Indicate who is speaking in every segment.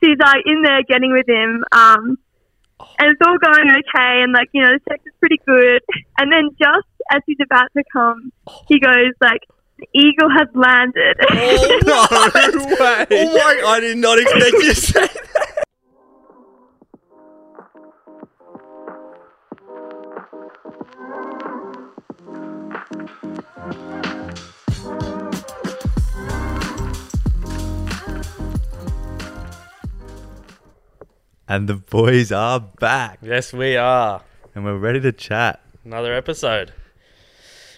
Speaker 1: she's like in there getting with him, um,
Speaker 2: Oh.
Speaker 1: and it's all going okay, and like you know, the sex is pretty good. And then just as he's about to come,
Speaker 2: Oh.
Speaker 1: he goes like, "The eagle has landed."
Speaker 2: No way.
Speaker 3: Oh my, I did not expect you to say that. And the boys are back,
Speaker 2: Yes, we are.
Speaker 3: and we're ready to chat.
Speaker 2: Another episode.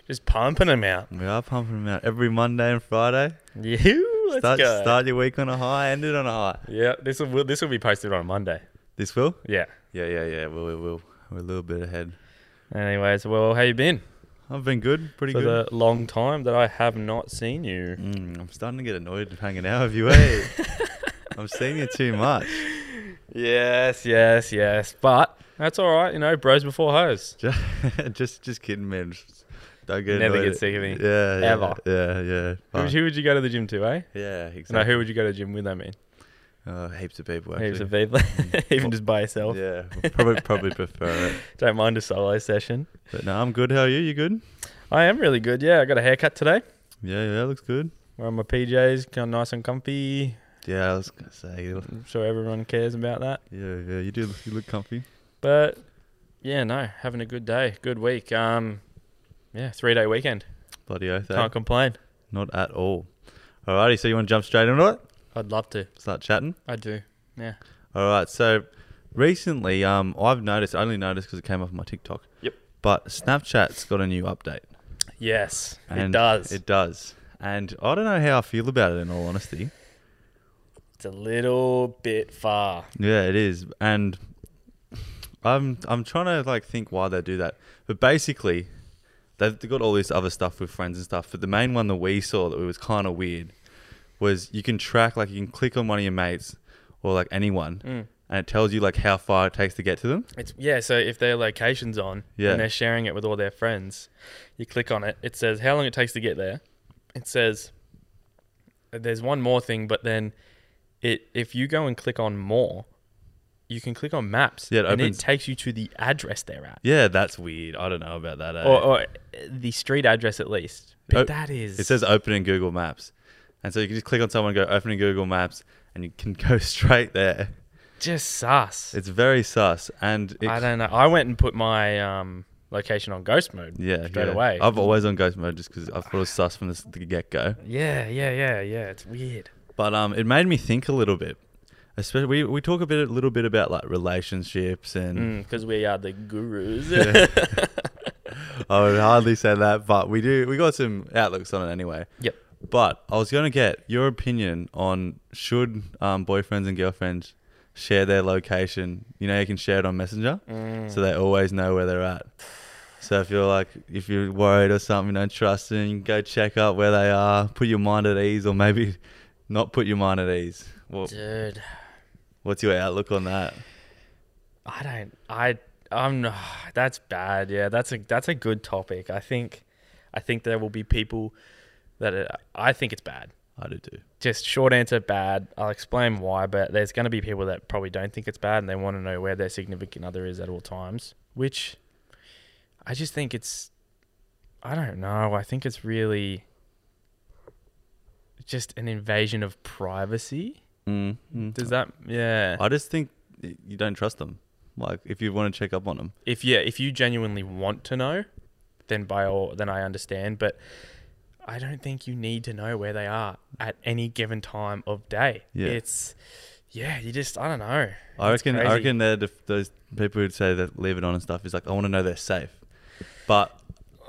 Speaker 2: Just pumping them out.
Speaker 3: We are pumping them out every Monday and Friday.
Speaker 2: You. Let's
Speaker 3: Start,
Speaker 2: go.
Speaker 3: start your week on a high, end it on a high.
Speaker 2: Yeah, this will this will be posted on Monday.
Speaker 3: This will?
Speaker 2: Yeah.
Speaker 3: Yeah, yeah, yeah. We'll, we'll, we'll. We're a little bit ahead.
Speaker 2: Anyways, well, how you been?
Speaker 3: I've been good, pretty
Speaker 2: For
Speaker 3: good.
Speaker 2: the long time that I have not seen you.
Speaker 3: Mm, I'm starting to get annoyed of hanging out with you, eh? I'm seeing you too much.
Speaker 2: Yes, yes, yes. But that's all right, you know, bros before hoes.
Speaker 3: Just, just, just kidding, man. Just Don't get
Speaker 2: Never
Speaker 3: annoyed.
Speaker 2: get sick of me.
Speaker 3: Yeah, yeah,
Speaker 2: Ever.
Speaker 3: Yeah, yeah.
Speaker 2: Who,
Speaker 3: Fuck.
Speaker 2: who would you go to the gym to, eh?
Speaker 3: Yeah,
Speaker 2: No,
Speaker 3: exactly.
Speaker 2: who would you go to the gym with? I mean,
Speaker 3: oh, heaps of people. Actually.
Speaker 2: heaps of people, even just by yourself.
Speaker 3: Yeah, probably probably prefer it.
Speaker 2: Don't mind a solo session.
Speaker 3: But no, I'm good. How are you? You good?
Speaker 2: I am really good. Yeah, I got a haircut today.
Speaker 3: Yeah, yeah, looks good.
Speaker 2: Wearing my PJs, kind of nice and comfy.
Speaker 3: Yeah, I was gonna say. you look-
Speaker 2: I'm sure everyone cares about that.
Speaker 3: Yeah, yeah, you do. look- You look comfy.
Speaker 2: But yeah, no, having a good day, good week. Um, yeah, three day weekend.
Speaker 3: Bloody oath. eh?
Speaker 2: Can't complain.
Speaker 3: Not at all. Alrighty, so you want to jump straight into it?
Speaker 2: I'd love to.
Speaker 3: Start chatting.
Speaker 2: I do. Yeah.
Speaker 3: All right. So recently, um, I've noticed, I only noticed because it came off my TikTok.
Speaker 2: Yep.
Speaker 3: But Snapchat's got a new update.
Speaker 2: Yes, it
Speaker 3: And
Speaker 2: does.
Speaker 3: It does. And I don't know how I feel about it. In all honesty,
Speaker 2: it's a little bit far.
Speaker 3: yeah, it is. And I'm I'm trying to like think why they do that. But basically, they've they've got all this other stuff with friends and stuff. But the main one that we saw that was kind of weird was you can track like you can click on one of your mates or like anyone,
Speaker 2: Mm.
Speaker 3: and it tells you like how far it takes to get to them.
Speaker 2: It's yeah. So if their location's on
Speaker 3: Yeah.
Speaker 2: and they're sharing it with all their friends, you click on it. It says how long it takes to get there. It says there's one more thing, but then it if you go and click on more, you can click on maps.
Speaker 3: Yeah, it
Speaker 2: and
Speaker 3: opens-
Speaker 2: it takes you to the address they're at,
Speaker 3: Yeah, that's weird. I don't know about that. eh?
Speaker 2: or, or the street address at least. But
Speaker 3: Oh,
Speaker 2: that is
Speaker 3: It says open in Google Maps. And so you can just click on someone, go open in Google Maps, and you can go straight there.
Speaker 2: just sus.
Speaker 3: It's very sus. And it,
Speaker 2: I don't know. I went and put my um, location on ghost mode.
Speaker 3: yeah,
Speaker 2: straight
Speaker 3: yeah.
Speaker 2: away.
Speaker 3: I've always on ghost mode just because I thought it was sus from the, the get go.
Speaker 2: yeah, yeah, yeah, yeah. It's weird.
Speaker 3: But um, it made me think a little bit. Especially, we, we talk a bit, a little bit about like relationships, and
Speaker 2: Because Mm, we are the gurus.
Speaker 3: I would hardly say that, but we do. We got some outlooks on it anyway.
Speaker 2: Yep.
Speaker 3: But I was going to get your opinion on should um, boyfriends and girlfriends share their location? You know, you can share it on Messenger, so they always know where they're at. So if you're like, if you're worried or something, don't trust them, you can go check out where they are, put your mind at ease, or maybe not put your mind at ease. What,
Speaker 2: Dude,
Speaker 3: what's your outlook on that?
Speaker 2: I don't. I. I'm. not- That's bad. Yeah, that's a that's a good topic. I think. I think there will be people that are, I think it's bad.
Speaker 3: I do too.
Speaker 2: Just short answer, bad. I'll explain why, but there's going to be people that probably don't think it's bad and they want to know where their significant other is at all times, which I just think it's. I don't know. I think it's really just an invasion of privacy.
Speaker 3: Mm, mm.
Speaker 2: Does that. Yeah.
Speaker 3: I just think you don't trust them. Like if you want to check up on them,
Speaker 2: if yeah, if you genuinely want to know, then by all then I understand. But I don't think you need to know where they are at any given time of day.
Speaker 3: Yeah.
Speaker 2: It's yeah, you just I don't know.
Speaker 3: I
Speaker 2: It's
Speaker 3: reckon. I
Speaker 2: crazy.
Speaker 3: reckon they're def- those people who say that leave it on and stuff is like, I want to know they're safe. But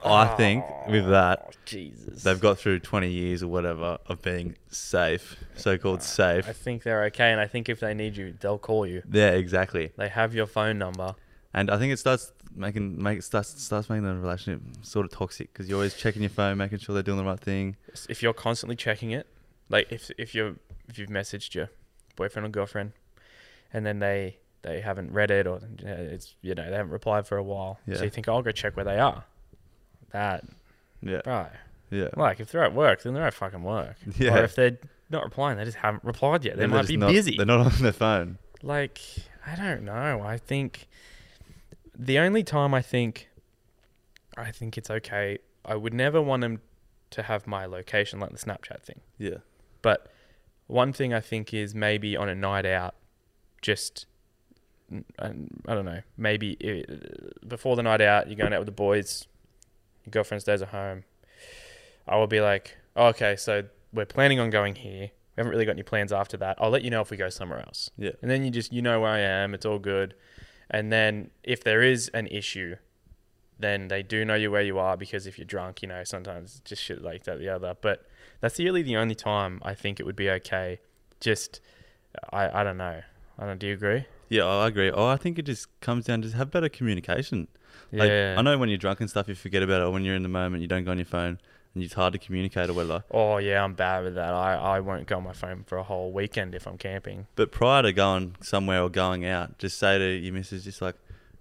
Speaker 2: Ah.
Speaker 3: I think with that,
Speaker 2: Jesus.
Speaker 3: they've got through 20 years or whatever of being safe, so-called
Speaker 2: Ah, I
Speaker 3: safe.
Speaker 2: think they're okay, and I think if they need you, they'll call you.
Speaker 3: Yeah, exactly.
Speaker 2: They have your phone number.
Speaker 3: And I think it starts making make starts starts making the relationship sort of toxic because you're always checking your phone, making sure they're doing the right thing.
Speaker 2: if you're constantly checking it, like if if you're if you've messaged your boyfriend or girlfriend, and then they they haven't read it or you know, it's you know they haven't replied for a while,
Speaker 3: Yeah.
Speaker 2: so you think I'll go check where they are. That
Speaker 3: Yeah,
Speaker 2: bro,
Speaker 3: yeah,
Speaker 2: like if they're at work, then they're at fucking work.
Speaker 3: Yeah.
Speaker 2: Or if they're not replying. They just haven't replied yet. They
Speaker 3: They're
Speaker 2: might
Speaker 3: just
Speaker 2: be
Speaker 3: not-
Speaker 2: busy.
Speaker 3: They're not on their phone.
Speaker 2: like I don't know. I think the only time I think I think it's okay. I would never want them to have my location like the Snapchat thing.
Speaker 3: Yeah.
Speaker 2: But one thing I think is maybe on a night out, just n- I I don't know. Maybe uh, before the night out, you're going out with the boys. Your girlfriend stays at home. I will be like, oh, okay, so we're planning on going here. We haven't really got any plans after that. I'll let you know if we go somewhere else.
Speaker 3: Yeah.
Speaker 2: And then you just you know where I am. It's all good. And then if there is an issue, then they do know you where you are because if you're drunk, you know, sometimes just shit like that, the other. But that's really the only time I think it would be okay. Just, I, I don't know. I don't. Do you agree?
Speaker 3: Yeah, I agree. Oh, I think it just comes down to have better communication.
Speaker 2: Yeah.
Speaker 3: I know when you're drunk and stuff, you forget about it. Or when you're in the moment, you don't go on your phone, and it's hard to communicate or whatever.
Speaker 2: Oh yeah, I'm bad with that. I, I won't go on my phone for a whole weekend if I'm camping.
Speaker 3: But prior to going somewhere or going out, just say to your missus, just like,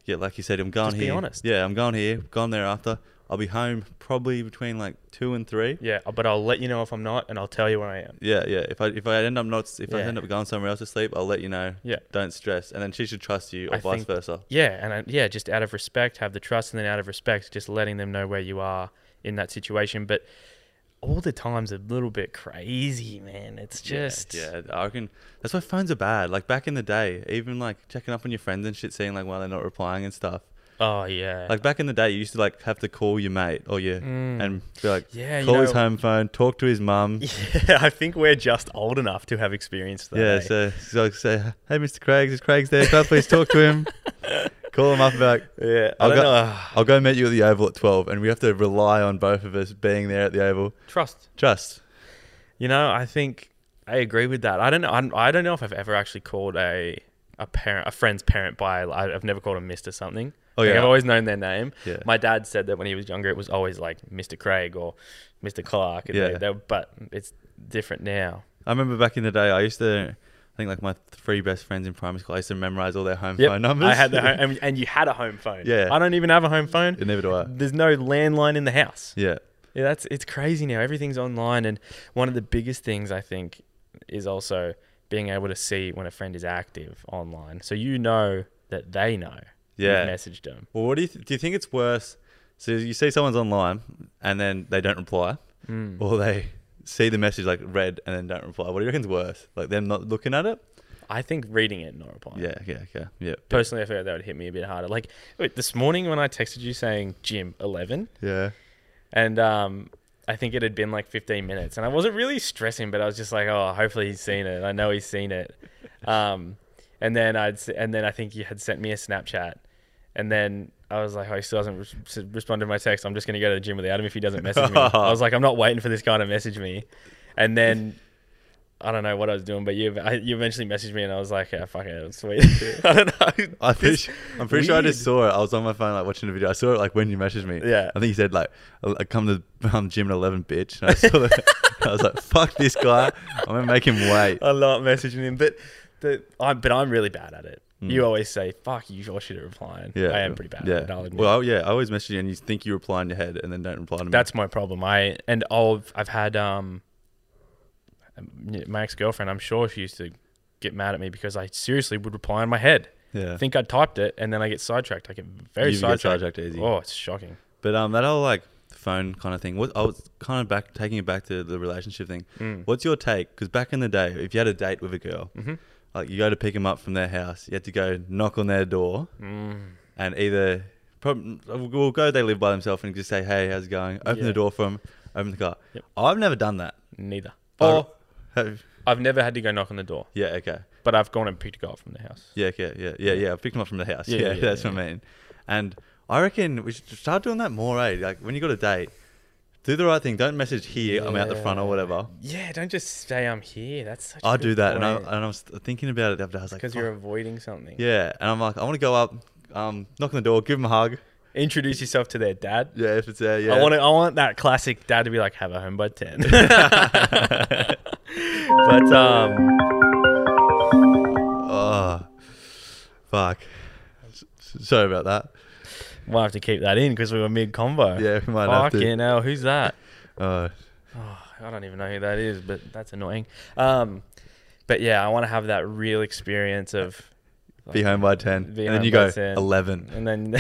Speaker 3: yeah, like you said, I'm going
Speaker 2: Just be
Speaker 3: here.
Speaker 2: honest.
Speaker 3: Yeah, I'm going here. Gone there after. I'll be home probably between like two and three.
Speaker 2: Yeah, but I'll let you know if I'm not, and I'll tell you where I am.
Speaker 3: Yeah, yeah. If I if I end up not if I
Speaker 2: Yeah.
Speaker 3: end up going somewhere else to sleep, I'll let you know.
Speaker 2: Yeah.
Speaker 3: Don't stress. And then she should trust you, or
Speaker 2: I
Speaker 3: vice
Speaker 2: think-
Speaker 3: versa.
Speaker 2: Yeah, and I, yeah, just out of respect, have the trust, and then out of respect, just letting them know where you are in that situation. But all the times a little bit crazy, man. It's just
Speaker 3: yeah, yeah, I reckon that's why phones are bad. Like back in the day, even like checking up on your friends and shit, seeing like why they're not replying and stuff.
Speaker 2: Oh yeah.
Speaker 3: Like back in the day, you used to like have to call your mate or your and be like,
Speaker 2: Mm. Yeah, you
Speaker 3: call his
Speaker 2: know-
Speaker 3: home phone, talk to his mum.
Speaker 2: yeah, I think we're just old enough to have experienced that.
Speaker 3: Yeah,
Speaker 2: eh?
Speaker 3: so, so like say, hey, Mr. Craig's, is Craig's there? Can I please talk to him? Call him up and be like,
Speaker 2: yeah. I
Speaker 3: I'll
Speaker 2: don't
Speaker 3: go,
Speaker 2: know.
Speaker 3: I'll go meet you at the Oval at 12, and we have to rely on both of us being there at the Oval.
Speaker 2: Trust.
Speaker 3: Trust.
Speaker 2: You know, I think I agree with that. I don't know. I'm, I don't know if I've ever actually called a a parent, a friend's parent by. I- I've never called them Mister something.
Speaker 3: Oh,
Speaker 2: Like,
Speaker 3: yeah.
Speaker 2: I've always known their name.
Speaker 3: Yeah.
Speaker 2: My dad said that when he was younger, it was always like Mister Craig or Mister Clark. and they-
Speaker 3: Yeah.
Speaker 2: they- but it's different now.
Speaker 3: I remember back in the day, I used to, I think like my three best friends in primary school, I used to memorize all their home phone numbers.
Speaker 2: I had the home, and, and you had a home phone.
Speaker 3: Yeah.
Speaker 2: I don't even have a home phone.
Speaker 3: Never do I.
Speaker 2: There's no landline in the house.
Speaker 3: Yeah.
Speaker 2: Yeah, that's it's crazy now. Everything's online, and one of the biggest things I think is also being able to see when a friend is active online, so you know that they know.
Speaker 3: Yeah.
Speaker 2: you've messaged them.
Speaker 3: Well, what do you th- do? You think it's worse? So you see someone's online and then they don't reply, or they see the message like read and then don't reply. What do you reckon's worse? Like them not looking at it?
Speaker 2: I think reading it, and not replying.
Speaker 3: Yeah, yeah, okay, yeah,
Speaker 2: Personally, I feel like that would hit me a bit harder. Like wait, this morning when I texted you saying gym eleven,
Speaker 3: yeah.
Speaker 2: and um, I think it had been like fifteen minutes, and I wasn't really stressing, but I was just like, oh, hopefully he's seen it. I know he's seen it. Um, and then I'd s- and then I think you had sent me a Snapchat, and then I was like, oh, he still hasn't res- s- responded to my text. I'm just gonna go to the gym without him if he doesn't message me. I was like, I'm not waiting for this guy to message me, and then. I don't know what I was doing, but you I, you eventually messaged me and I was like, yeah, fuck it, sweet. I don't know.
Speaker 3: I pretty,
Speaker 2: This-
Speaker 3: su- I'm pretty sure I just
Speaker 2: weird.
Speaker 3: saw it. I was on my phone like watching the video. I saw it like when you messaged me.
Speaker 2: Yeah.
Speaker 3: I think you said like, "I- "I come to um, gym at 11, bitch." And I saw that. I was like, "Fuck this guy! I'm gonna make him wait."
Speaker 2: I love messaging him, but the I'm but I'm really bad at it. You always say, "Fuck you, you're shit at replying."
Speaker 3: Hmm. Yeah,
Speaker 2: I am pretty bad.
Speaker 3: Yeah.
Speaker 2: at it, I'll admit.
Speaker 3: well, I- yeah. I always message you and you think you reply in your head and then don't reply to me.
Speaker 2: that's my problem. I and I've I've had um my ex girlfriend. I'm sure she used to get mad at me because I seriously would reply in my head.
Speaker 3: yeah.
Speaker 2: I think I typed it, and then I get sidetracked. I get very
Speaker 3: You get
Speaker 2: sidetracked.
Speaker 3: sidetracked easy.
Speaker 2: Oh, it's shocking.
Speaker 3: But um, that whole like phone kind of thing. What I was kind of back taking it back to the relationship thing.
Speaker 2: Mm.
Speaker 3: What's your take? Because back in the day, if you had a date with a girl,
Speaker 2: Mm-hmm.
Speaker 3: like you go to pick them up from their house, you had to go knock on their door,
Speaker 2: Mm.
Speaker 3: and either prob- we'll go they live by themselves and just say, "Hey, how's it going?" Open
Speaker 2: Yeah.
Speaker 3: the door for them, open the car.
Speaker 2: Yep.
Speaker 3: I've never done that.
Speaker 2: Neither.
Speaker 3: Or
Speaker 2: Or
Speaker 3: have,
Speaker 2: I've never had to go knock on the door,
Speaker 3: yeah, okay.
Speaker 2: but I've gone and picked a guy up from the house.
Speaker 3: Yeah, yeah, yeah, yeah, yeah. I picked them up from the house. Yeah,
Speaker 2: Yeah, yeah, yeah,
Speaker 3: that's what I mean. And I reckon we should start doing that more, eh? Like when you got a date, do the right thing. Don't message here. I'm out the front or
Speaker 2: Yeah.
Speaker 3: whatever.
Speaker 2: Yeah, don't just say I'm here. That's such. a
Speaker 3: I
Speaker 2: good
Speaker 3: do that, and I,
Speaker 2: point.
Speaker 3: and I was thinking about it the other day. I was like,
Speaker 2: because you're
Speaker 3: "Fuck."
Speaker 2: avoiding something.
Speaker 3: yeah, and I'm like, I want to go up, um, knock on the door, give them a hug.
Speaker 2: Introduce yourself to their dad.
Speaker 3: Yeah, if it's there. Yeah,
Speaker 2: I want to, I want that classic dad to be like, "Have a home by 10. but um,
Speaker 3: Oh, fuck. S- Sorry about that.
Speaker 2: we'll have to keep that in because we were mid combo.
Speaker 3: Yeah, we might have to.
Speaker 2: Fucking hell, who's that?
Speaker 3: Oh,
Speaker 2: Oh, I don't even know who that is, but that's annoying. Um, but yeah, I want to have that real experience of
Speaker 3: Be home by ten,
Speaker 2: Be
Speaker 3: and then
Speaker 2: home
Speaker 3: you
Speaker 2: by
Speaker 3: go
Speaker 2: 10.
Speaker 3: eleven.
Speaker 2: and then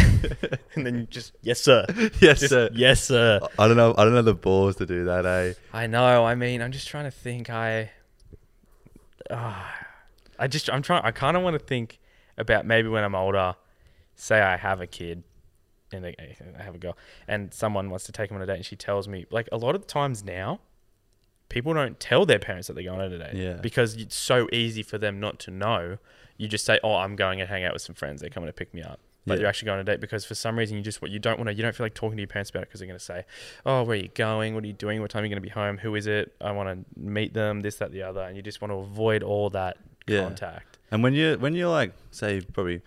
Speaker 2: and then you just yes sir,
Speaker 3: yes,
Speaker 2: Just,
Speaker 3: sir.
Speaker 2: yes sir.
Speaker 3: I don't know. I don't know the balls to do that, eh?
Speaker 2: I know. I mean, I'm just trying to think. I, Ah. I just I'm trying. I kind of want to think about maybe when I'm older. Say I have a kid, and I I have a girl, and someone wants to take them on a date, and she tells me like a lot of times now, people don't tell their parents that they're going on a date.
Speaker 3: Yeah.
Speaker 2: Because it's so easy for them not to know. You just say, "Oh, I'm going to hang out with some friends. They're coming to pick me up." But
Speaker 3: Yeah.
Speaker 2: you're actually going on a date because for some reason you just what you don't want to. You don't feel like talking to your parents about it because they're going to say, "Oh, where are you going? What are you doing? What time are you going to be home? Who is it? I want to meet them. This, that, the other." And you just want to avoid all that
Speaker 3: Yeah.
Speaker 2: contact.
Speaker 3: And when you when you're like say probably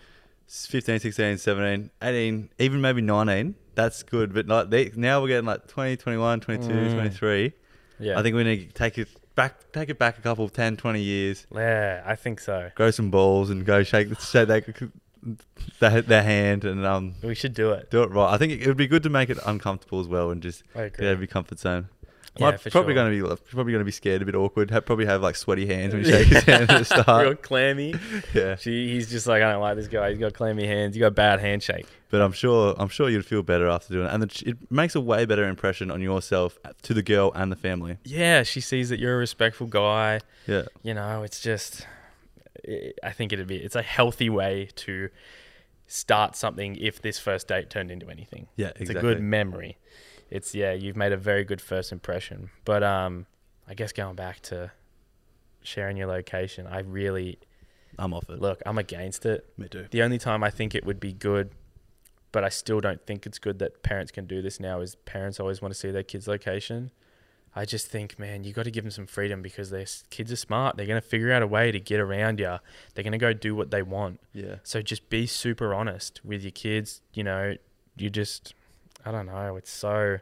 Speaker 3: 15, 16, 17, 18, even maybe 19, that's good. But like they, now we're getting like 20, 21, 22, 23.
Speaker 2: Mm. Yeah,
Speaker 3: I think we need to take it back take it back a couple 10, 20 years.
Speaker 2: Yeah, I think so.
Speaker 3: Grow some balls and go shake shake that, that their hand and um
Speaker 2: We should do it.
Speaker 3: do it right. I think it, would be good to make it uncomfortable as well and just
Speaker 2: I
Speaker 3: get
Speaker 2: agree.
Speaker 3: out of your comfort zone.
Speaker 2: Yeah,
Speaker 3: Like,
Speaker 2: for
Speaker 3: probably
Speaker 2: sure.
Speaker 3: gonna be like, probably gonna be scared, a bit awkward. Have, probably have like sweaty hands when you shake his hand at the
Speaker 2: Real
Speaker 3: start.
Speaker 2: clammy.
Speaker 3: Yeah,
Speaker 2: She, he's just like, I don't like this guy. He's got clammy hands. You got a bad handshake.
Speaker 3: But I'm sure I'm sure you'd feel better after doing it, and it, it makes a way better impression on yourself to the girl and the family.
Speaker 2: Yeah, she sees that you're a respectful guy.
Speaker 3: Yeah,
Speaker 2: You know, it's just, i I think it'd be, it's a healthy way to start something if this first date turned into anything.
Speaker 3: yeah,
Speaker 2: It's
Speaker 3: exactly.
Speaker 2: a good memory. It's, yeah, you've made a very good first impression. But um, I guess going back to sharing your location, I really,
Speaker 3: I'm off it.
Speaker 2: look, I'm against it.
Speaker 3: Me too.
Speaker 2: The only time I think it would be good, but I still don't think it's good that parents can do this now, is parents always want to see their kids' location. I just think, man, you got to give them some freedom because their s- kids are smart. They're going to figure out a way to get around you. They're going to go do what they want.
Speaker 3: Yeah,
Speaker 2: So just be super honest with your kids. You know, you just, I don't know. It's so,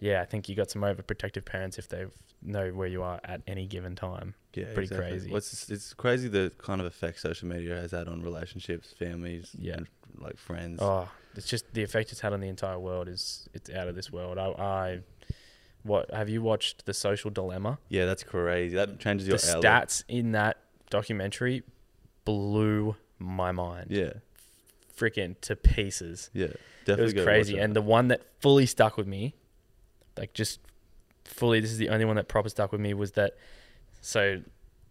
Speaker 2: yeah, I think you got some overprotective parents if they know where you are at any given time.
Speaker 3: yeah,
Speaker 2: Pretty crazy.
Speaker 3: What's it's, it's crazy the kind of effect social media has had on relationships, families,
Speaker 2: Yeah.
Speaker 3: and like friends.
Speaker 2: Oh, it's just the effect it's had on the entire world is it's out of this world. I, I what have you watched The Social Dilemma?
Speaker 3: Yeah, that's crazy. That changes
Speaker 2: The
Speaker 3: your outlook.
Speaker 2: stats in that documentary blew my mind,
Speaker 3: Yeah,
Speaker 2: freaking to pieces.
Speaker 3: yeah, definitely.
Speaker 2: it was crazy, and the one that fully stuck with me, like just fully, this is the only one that proper stuck with me was that. So,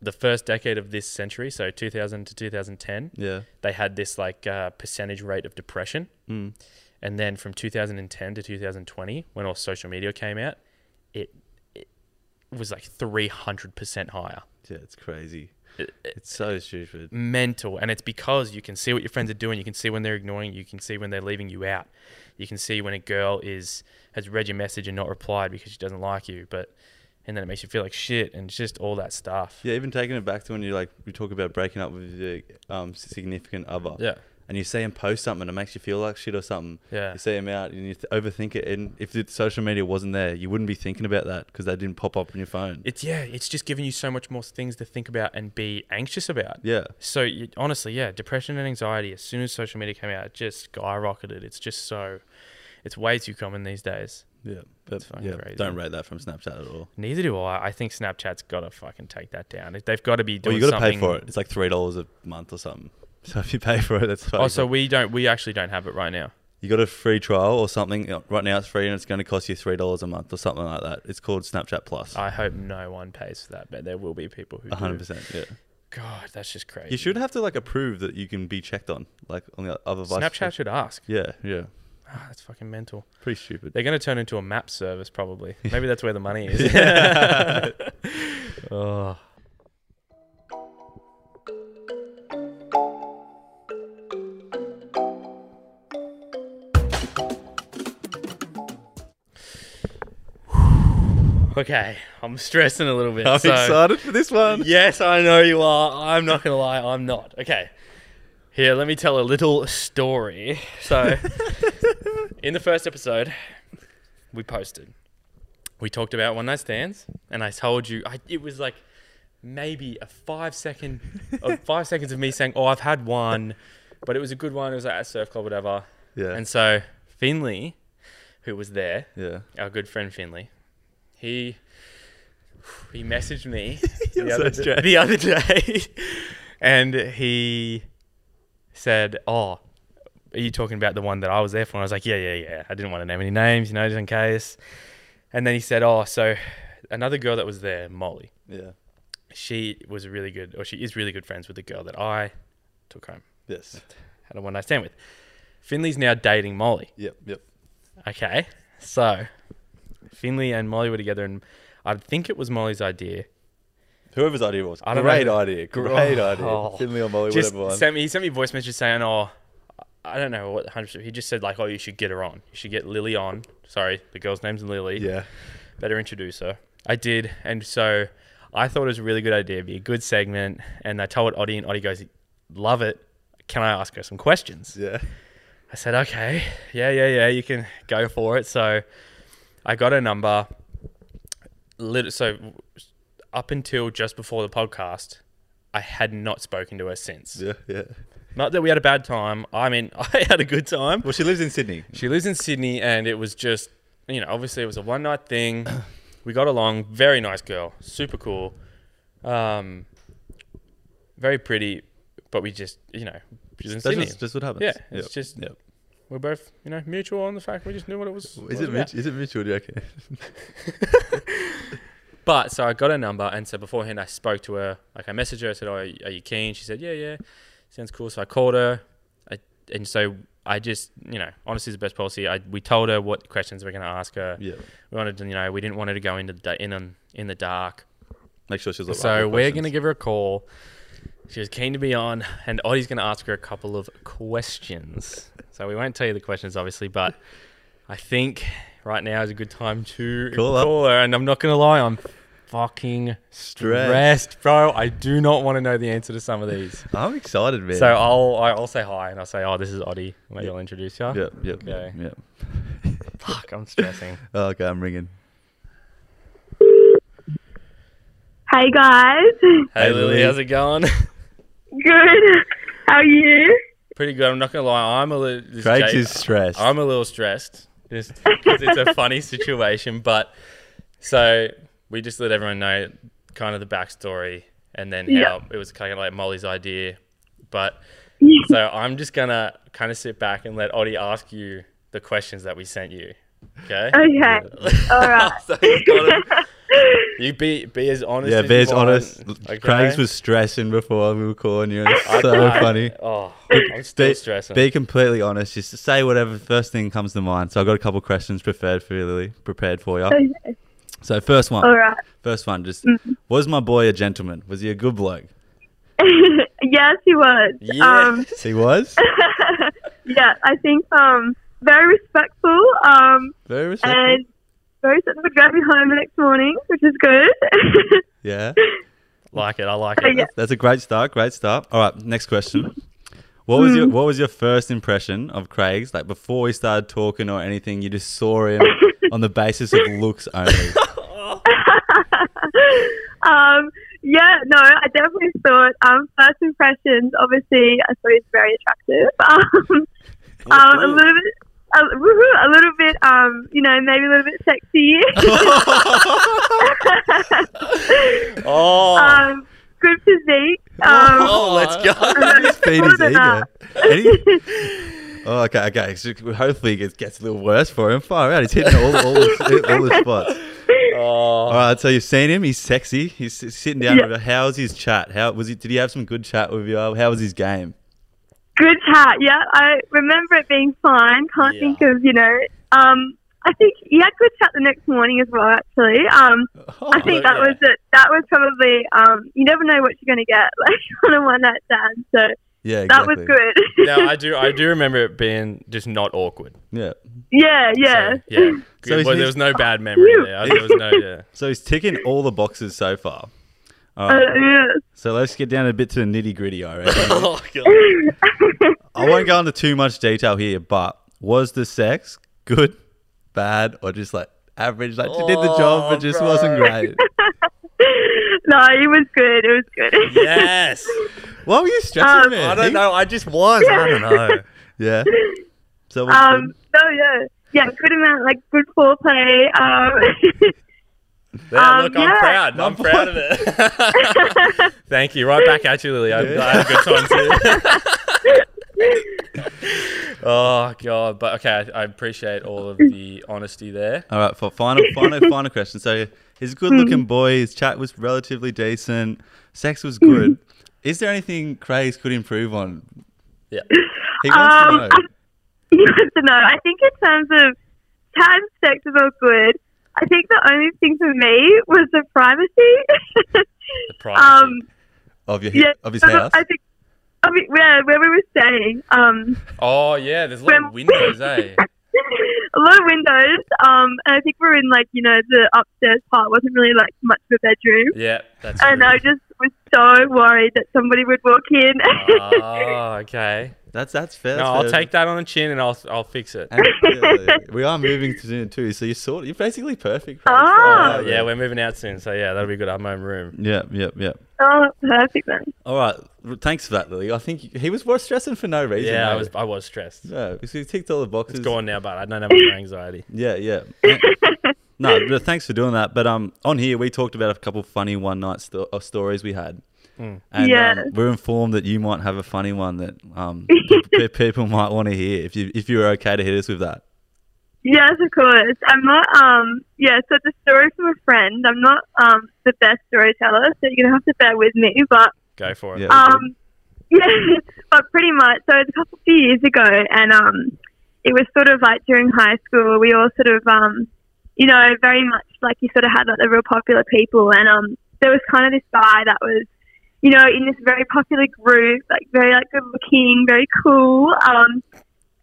Speaker 2: the first decade of this century, so 2000 to 2010,
Speaker 3: yeah,
Speaker 2: they had this like uh, percentage rate of depression.
Speaker 3: mm.
Speaker 2: And then from 2010 to 2020, when all social media came out, it, it was like 300% higher.
Speaker 3: yeah, it's crazy.
Speaker 2: It- it-
Speaker 3: It's so stupid.
Speaker 2: mental. And it's because you can see what your friends are doing. You can see when they're ignoring you. You can see when they're leaving you out. You can see when a girl is has read your message and not replied because she doesn't like you. But and then it makes you feel like shit and it's just all that stuff.
Speaker 3: Yeah, even taking it back to when you like we talk about breaking up with your um, significant other.
Speaker 2: Yeah.
Speaker 3: and you see him post something, it makes you feel like shit or something.
Speaker 2: Yeah.
Speaker 3: You see him out and you th- overthink it. And if the social media wasn't there, you wouldn't be thinking about that because that didn't pop up on your phone.
Speaker 2: It's yeah, it's just giving you so much more things to think about and be anxious about.
Speaker 3: yeah.
Speaker 2: So you, honestly, yeah, depression and anxiety. As soon as social media came out, it just skyrocketed. It's just so, it's way too common these days.
Speaker 3: Yeah.
Speaker 2: That's
Speaker 3: But,
Speaker 2: fucking
Speaker 3: yeah.
Speaker 2: crazy.
Speaker 3: Don't rate that from Snapchat at all.
Speaker 2: Neither do I. I think Snapchat's got to fucking take that down. If They've got to be
Speaker 3: Well,
Speaker 2: doing
Speaker 3: you got to pay
Speaker 2: something.
Speaker 3: for it. It's like three dollars a month or something. So if you pay for it, that's fine.
Speaker 2: Oh, so we don't. We actually don't have it right now.
Speaker 3: you got a free trial or something. Right now it's free and it's going to cost you three dollars a month or something like that. It's called Snapchat Plus.
Speaker 2: I hope no one pays for that, but there will be people who. do.
Speaker 3: One hundred percent. Yeah.
Speaker 2: God, that's just crazy.
Speaker 3: You should have to like approve that you can be checked on, like on the other vice.
Speaker 2: Snapchat should ask.
Speaker 3: Yeah. Yeah.
Speaker 2: Ah, that's fucking mental.
Speaker 3: Pretty stupid.
Speaker 2: They're going to turn into a map service, probably. Maybe that's where the money is. oh. Okay, I'm stressing a little bit.
Speaker 3: I'm
Speaker 2: so-
Speaker 3: excited for this one.
Speaker 2: Yes, I know you are. I'm not going to lie, I'm not. Okay. Here, let me tell a little story. So, in the first episode, we posted. We talked about one night stands, and I told you I, it was like maybe a five second, of five seconds of me saying, "Oh, I've had one," but it was a good one. It was like at a surf club, whatever.
Speaker 3: Yeah.
Speaker 2: And so Finley, who was there,
Speaker 3: yeah.
Speaker 2: our good friend Finley, he he messaged me
Speaker 3: You're
Speaker 2: the,
Speaker 3: so
Speaker 2: other
Speaker 3: straight.
Speaker 2: d- the other day, and he said, "Oh, are you talking about the one that I was there for?" And I was like, "Yeah, yeah, yeah." I didn't want to name any names, you know, just in case. And then he said, "Oh, so another girl that was there, Molly.
Speaker 3: Yeah.
Speaker 2: She was really good, or she is really good friends with the girl that I took home,
Speaker 3: Yes.
Speaker 2: had a one night stand with. Finley's now dating Molly."
Speaker 3: Yep. Yep.
Speaker 2: Okay. So Finley and Molly were together and I think it was Molly's idea.
Speaker 3: Whoever's idea it was.
Speaker 2: I don't
Speaker 3: great
Speaker 2: know.
Speaker 3: idea. Great
Speaker 2: Oh.
Speaker 3: idea. Finley or Molly,
Speaker 2: Just
Speaker 3: whatever one.
Speaker 2: sent me he sent me a voice message saying, Oh I don't know what hundred he just said like, Oh, you should get her on. You should get Lily on. Sorry, the girl's name's Lily.
Speaker 3: yeah.
Speaker 2: Better introduce her. I did and so I thought it was a really good idea, it'd be a good segment and I told Oddie and Oddie goes, Love it. Can I ask her some questions?
Speaker 3: Yeah.
Speaker 2: I said, okay, yeah, yeah, yeah, you can go for it. So I got her number. Lit- So up until just before the podcast, I had not spoken to her since.
Speaker 3: Yeah. Yeah.
Speaker 2: Not that we had a bad time. I mean, I had a good time.
Speaker 3: Well, she lives in Sydney.
Speaker 2: She lives in Sydney, and it was just, you know, obviously it was a one night thing. We got along. Very nice girl. Super cool. Um, very pretty, but we just, you know, she was in
Speaker 3: That's
Speaker 2: Sydney.
Speaker 3: just, just what happens.
Speaker 2: Yeah, it's just-
Speaker 3: Yep.
Speaker 2: we're both, you know, mutual on the fact we just knew what it was.
Speaker 3: Is
Speaker 2: was
Speaker 3: it
Speaker 2: about.
Speaker 3: mutual? Is it mutual? Do you reckon?
Speaker 2: But so I got her number, and so beforehand I spoke to her. Like I messaged her, I said, "Oh, are you keen?" She said, "Yeah, yeah, sounds cool." So I called her, I, and so I just, you know, honestly, is the best policy. I we told her what questions we're going to ask her.
Speaker 3: yeah.
Speaker 2: We wanted to, you know, we didn't want her to go into the in on, in the dark.
Speaker 3: Make sure she's. the right
Speaker 2: So we're going
Speaker 3: questions.
Speaker 2: to give her a call. She was keen to be on, and Oddie's going to ask her a couple of questions. so we won't tell you the questions, obviously, but I think right now is a good time to
Speaker 3: Call
Speaker 2: call,
Speaker 3: up.
Speaker 2: her. And I'm not going to lie, I'm fucking
Speaker 3: Stressed.
Speaker 2: stressed, bro. I do not want to know the answer to some of these.
Speaker 3: I'm excited, man.
Speaker 2: So I'll I'll say hi, and I'll say, "Oh, this is Oddie. Maybe I'll introduce you."
Speaker 3: Yep. Yep.
Speaker 2: Okay.
Speaker 3: Yep.
Speaker 2: Fuck, I'm stressing.
Speaker 3: Oh, okay, I'm ringing.
Speaker 1: Hey guys,
Speaker 2: Hey,
Speaker 3: Hey,
Speaker 2: Lily,
Speaker 3: Lily.
Speaker 2: how's it going?
Speaker 1: good. How are you?
Speaker 2: Pretty good. I'm not going to lie. I'm a little. this
Speaker 3: Craig's
Speaker 2: Jay-
Speaker 3: is stressed.
Speaker 2: I'm a little stressed just because it's a funny situation. But so we just let everyone know kind of the backstory and then
Speaker 1: Yeah.
Speaker 2: how it was kind of like Molly's idea. But
Speaker 1: Yeah.
Speaker 2: so I'm just going to kind of sit back and let Oddie ask you the questions that we sent you. Okay.
Speaker 1: Okay. All right.
Speaker 2: So he's gotta- you be be as honest.
Speaker 3: yeah,
Speaker 2: as you
Speaker 3: Bear's
Speaker 2: want,
Speaker 3: honest.
Speaker 2: okay?
Speaker 3: Craig's was stressing before we were calling you, and it's so
Speaker 2: I-
Speaker 3: funny.
Speaker 2: Oh, I'm still
Speaker 3: Be-
Speaker 2: stressing.
Speaker 3: Be completely honest. Just say whatever first thing comes to mind. So I've got a couple questions prepared for you, Lily. Prepared for you.
Speaker 1: Okay.
Speaker 3: So first one.
Speaker 1: All right.
Speaker 3: First one. Just was my boy a gentleman? Was he a good bloke?
Speaker 1: yes, he was.
Speaker 2: Yes.
Speaker 1: Um,
Speaker 3: He was.
Speaker 1: yeah, I think um, very respectful. Um,
Speaker 3: Very respectful.
Speaker 1: and very set would drive me home the next morning, which is good.
Speaker 3: yeah.
Speaker 2: like it. I like
Speaker 1: So,
Speaker 2: it.
Speaker 1: yeah.
Speaker 3: That's a great start. Great start. All right. Next question. What was your What was your first impression of Craig's? Like before we started talking or anything, you just saw him on the basis of looks only.
Speaker 1: um, yeah, no, I definitely thought um, first impressions. Obviously, I thought he's very attractive. Um, um, a little bit, a, woohoo, a little bit, um, you know, maybe a little bit sexy.
Speaker 2: Oh,
Speaker 1: um, good physique. Um,
Speaker 2: oh, let's go.
Speaker 3: Speed is
Speaker 1: Good enough.
Speaker 3: eager. Any- Oh, okay, okay. So hopefully it gets a little worse for him. Far out. He's hitting all, all, the, all the spots.
Speaker 2: Oh.
Speaker 3: All right, so you've seen him. He's sexy. He's s- sitting down.
Speaker 1: Yeah.
Speaker 3: with you. How's his chat? How was he? Did he have some good chat with you? How was his game?
Speaker 1: good chat. Yeah, I remember it being fine. Can't
Speaker 2: Yeah.
Speaker 1: think of you know. Um, I think he had good chat the next morning as well. Actually, um, I think that
Speaker 2: yeah.
Speaker 1: was it. That was probably. Um, you never know what you're going to get like on a one night stand. So
Speaker 3: yeah,
Speaker 1: that
Speaker 3: exactly.
Speaker 1: was good.
Speaker 2: now I do I do remember it being just not awkward.
Speaker 3: Yeah.
Speaker 1: yeah, yeah.
Speaker 2: So, yeah.
Speaker 3: So
Speaker 2: Good-
Speaker 3: he's-
Speaker 2: well, there was no bad memory
Speaker 1: Phew.
Speaker 2: there. There was no yeah.
Speaker 3: So he's ticking all the boxes so far. All
Speaker 1: Uh,
Speaker 3: right.
Speaker 1: yeah.
Speaker 3: So let's get down a bit to the nitty gritty. I reckon.
Speaker 2: oh god.
Speaker 3: I won't go into too much detail here, but was the sex good, bad, or just like average? Like she did the job,
Speaker 2: Oh,
Speaker 3: but just
Speaker 2: bro.
Speaker 3: wasn't great.
Speaker 1: No, it was good. It was good.
Speaker 2: Yes.
Speaker 3: Why were you stressing,
Speaker 1: Um,
Speaker 3: man?
Speaker 2: I don't know. I just was. I don't know.
Speaker 3: Yeah. So was
Speaker 1: Um, so yeah, yeah, good amount, like good foreplay. Um,
Speaker 2: There,
Speaker 1: Um,
Speaker 2: look,
Speaker 1: yeah.
Speaker 2: I'm proud. I'm proud of it. Thank you. Right back at you, Lily. I'm
Speaker 3: Yeah.
Speaker 2: glad I had a good
Speaker 1: um.
Speaker 2: time too. oh god, but okay, I I appreciate all of the honesty there.
Speaker 3: All right, for final, final, final question. So he's a
Speaker 1: Hmm.
Speaker 3: good-looking boy. His chat was relatively decent. Sex was good.
Speaker 1: Hmm.
Speaker 3: Is there anything Craig's could improve on?
Speaker 2: Yeah.
Speaker 3: He wants
Speaker 1: Um,
Speaker 3: to know.
Speaker 1: I- You have to know. I think in terms of time, sex is all good. I think the only thing for me was the privacy.
Speaker 2: The privacy.
Speaker 1: um,
Speaker 3: of your
Speaker 1: yeah,
Speaker 3: of his
Speaker 1: so
Speaker 3: house.
Speaker 1: I think. I mean, where, where we were staying, um,
Speaker 2: oh yeah, there's a lot of
Speaker 1: when-
Speaker 2: windows, eh?
Speaker 1: a lot of windows, um, and I think we were in like you know the upstairs part wasn't really like much of a bedroom,
Speaker 2: Yeah, that's
Speaker 1: and I just was so worried that somebody would walk in.
Speaker 2: true.
Speaker 3: Ah.
Speaker 2: Oh, okay.
Speaker 3: That's that's fair.
Speaker 2: No, I'll take that on the chin and I'll I'll fix it.
Speaker 3: we are moving to Zoom too, so you're sort you're basically perfect. Craig, for
Speaker 1: Ah.
Speaker 2: Oh,
Speaker 3: all that.
Speaker 2: yeah, we're moving out soon, so yeah, that'll be good. I'm home room.
Speaker 3: yeah, yeah, yeah.
Speaker 1: oh, perfect then.
Speaker 3: All right, r- thanks for that, Lily. I think he was more stressing for no reason.
Speaker 2: Yeah, I
Speaker 3: mate.
Speaker 2: was I was stressed.
Speaker 3: Yeah, because he ticked all the boxes.
Speaker 2: It's gone now, but I don't have any anxiety.
Speaker 3: Yeah, yeah. no, but thanks for doing that. But um, on here we talked about a couple funny one night sto- uh, stories we had, and
Speaker 1: Yeah.
Speaker 3: um, we're informed that you might have a funny one that um pe- pe- people might want to hear if you if you're okay to hit us with that.
Speaker 1: Yes, of course. I'm not. Um, yeah. So the story from a friend. I'm not um, the best storyteller, so you're gonna have to bear with me. But
Speaker 2: Go for it.
Speaker 3: Yeah.
Speaker 1: um, yeah, but pretty much. So it's a couple few years ago, and um, it was sort of like during high school. We all sort of, um, you know, very much like you sort of had like the real popular people, and um, there was kind of this guy that was, you know, in this very popular group, like very like good looking, very cool. Um,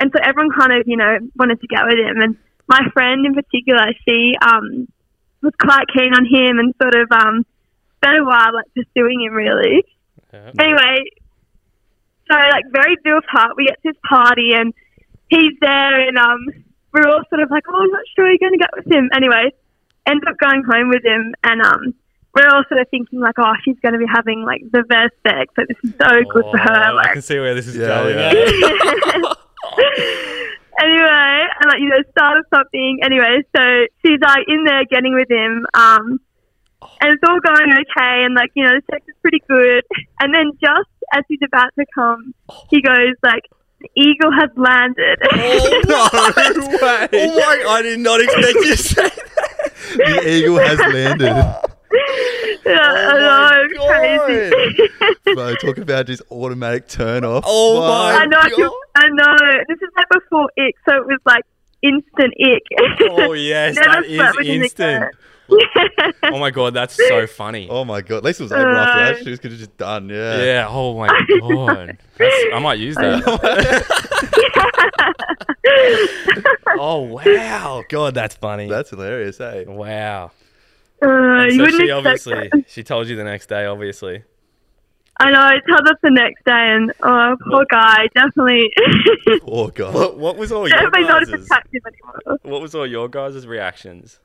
Speaker 1: and so everyone kind of, you know, wanted to get with him. And my friend in particular, she um, was quite keen on him and sort of um, spent a while like pursuing him really
Speaker 2: Yeah.
Speaker 1: anyway, so like very built up, we get to his party and he's there and um we're all sort of like, Oh, I'm not sure you're gonna go with him anyway. End up going home with him and um we're all sort of thinking like, Oh, she's gonna be having like the best sex, like this is so good for her.
Speaker 2: Oh, I
Speaker 1: Like
Speaker 2: can see where this is
Speaker 3: Yeah,
Speaker 2: going.
Speaker 3: yeah.
Speaker 2: eh?
Speaker 1: anyway, and like you know, started something. Anyway, so she's like in there getting with him, um,
Speaker 2: Oh.
Speaker 1: and it's all going okay, and like you know, the sex is pretty good. And then just as he's about to come,
Speaker 2: Oh.
Speaker 1: he goes like, "The eagle has landed."
Speaker 3: no way!
Speaker 2: Oh my-
Speaker 3: I did not expect you to say that. The eagle has landed.
Speaker 1: Yeah, I know,
Speaker 2: Oh my
Speaker 1: crazy.
Speaker 3: Bro, talk about just automatic turn off.
Speaker 2: Oh my-
Speaker 1: I know, I
Speaker 2: God.
Speaker 1: feel- I know. This is like before ick, so it was like instant ick.
Speaker 2: Oh yes,
Speaker 1: Never
Speaker 2: that
Speaker 1: slept
Speaker 2: is
Speaker 1: with an ick
Speaker 2: instant.
Speaker 1: guy.
Speaker 2: Oh my god, that's so funny.
Speaker 3: Oh my god! At least it was over after that.
Speaker 1: Uh,
Speaker 3: She was could have just done. Yeah.
Speaker 2: Yeah. Oh my god, that's, I might use that. oh wow, God, that's funny.
Speaker 3: That's hilarious, eh?
Speaker 2: wow.
Speaker 1: Uh, you
Speaker 2: so
Speaker 1: wouldn't expect
Speaker 2: she obviously
Speaker 1: that.
Speaker 2: she told you the next day, obviously.
Speaker 1: I know. It tells us the next day, and oh, poor guy, definitely,
Speaker 3: Poor god.
Speaker 2: What, what was all your
Speaker 1: definitely not as
Speaker 2: guys's?
Speaker 1: attractive anymore.
Speaker 2: What was all your guys' reactions?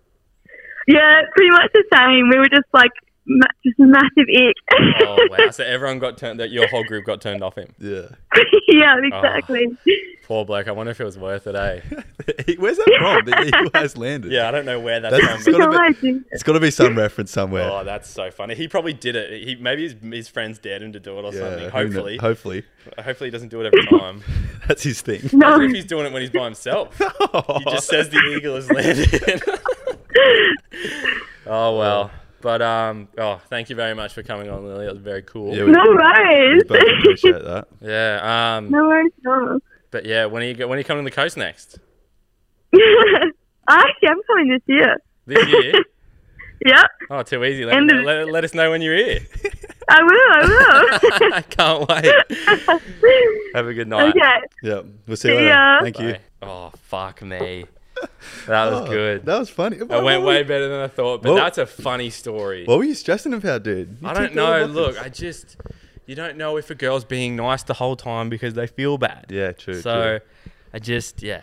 Speaker 1: Yeah, pretty much the same. We were just like ma- just a massive ick.
Speaker 2: Oh wow! So everyone got turned. That your whole group got turned off him.
Speaker 3: Yeah.
Speaker 1: yeah,
Speaker 2: Oh.
Speaker 1: exactly.
Speaker 2: Poor bloke. I wonder if it was worth it, eh?
Speaker 3: Where's that from? The eagle has landed.
Speaker 2: Yeah, I don't know where that's,
Speaker 3: That's-
Speaker 2: from.
Speaker 3: it's gotta
Speaker 2: but-
Speaker 3: be-
Speaker 1: God, dude.
Speaker 3: It's got to be some reference somewhere.
Speaker 2: Oh, that's so funny. He probably did it. He maybe his, his friends dared him to do it or
Speaker 3: Yeah,
Speaker 2: something.
Speaker 3: who kno-
Speaker 2: Hopefully,
Speaker 3: Hopefully.
Speaker 2: hopefully he doesn't do it every time.
Speaker 3: That's his thing.
Speaker 1: no,
Speaker 2: Or if he's doing it when he's by himself, he just says the eagle has landed. oh well, but um, oh, thank you very much for coming on, Lily. That was very cool.
Speaker 3: Yeah,
Speaker 2: Yeah,
Speaker 3: we-
Speaker 1: no worries.
Speaker 3: We both appreciate that.
Speaker 2: um,
Speaker 1: no worries. No.
Speaker 2: but yeah, when are you go- when are you coming to the coast next
Speaker 1: Actually, I'm coming this year.
Speaker 2: this year?
Speaker 1: Yep,
Speaker 2: Oh, too easy. Let,
Speaker 1: End
Speaker 2: me
Speaker 1: of-
Speaker 2: know- let, let us know when you're here.
Speaker 1: I will. I
Speaker 2: I can't wait.
Speaker 1: will.
Speaker 2: Have a good night.
Speaker 1: okay.
Speaker 3: Yeah. We'll see
Speaker 1: See
Speaker 3: you later.
Speaker 1: ya.
Speaker 3: Thank you.
Speaker 2: Bye. Oh fuck me. That was
Speaker 3: Oh,
Speaker 2: good.
Speaker 3: That was funny.
Speaker 2: It went way better than I thought, but
Speaker 3: Well-
Speaker 2: that's a funny story.
Speaker 3: What were you stressing about, dude? You
Speaker 2: I
Speaker 3: ticked
Speaker 2: don't
Speaker 3: all the
Speaker 2: know.
Speaker 3: boxes.
Speaker 2: Look, I just you don't know if a girl's being nice the whole time because they feel bad.
Speaker 3: Yeah, true.
Speaker 2: so
Speaker 3: true.
Speaker 2: I just yeah,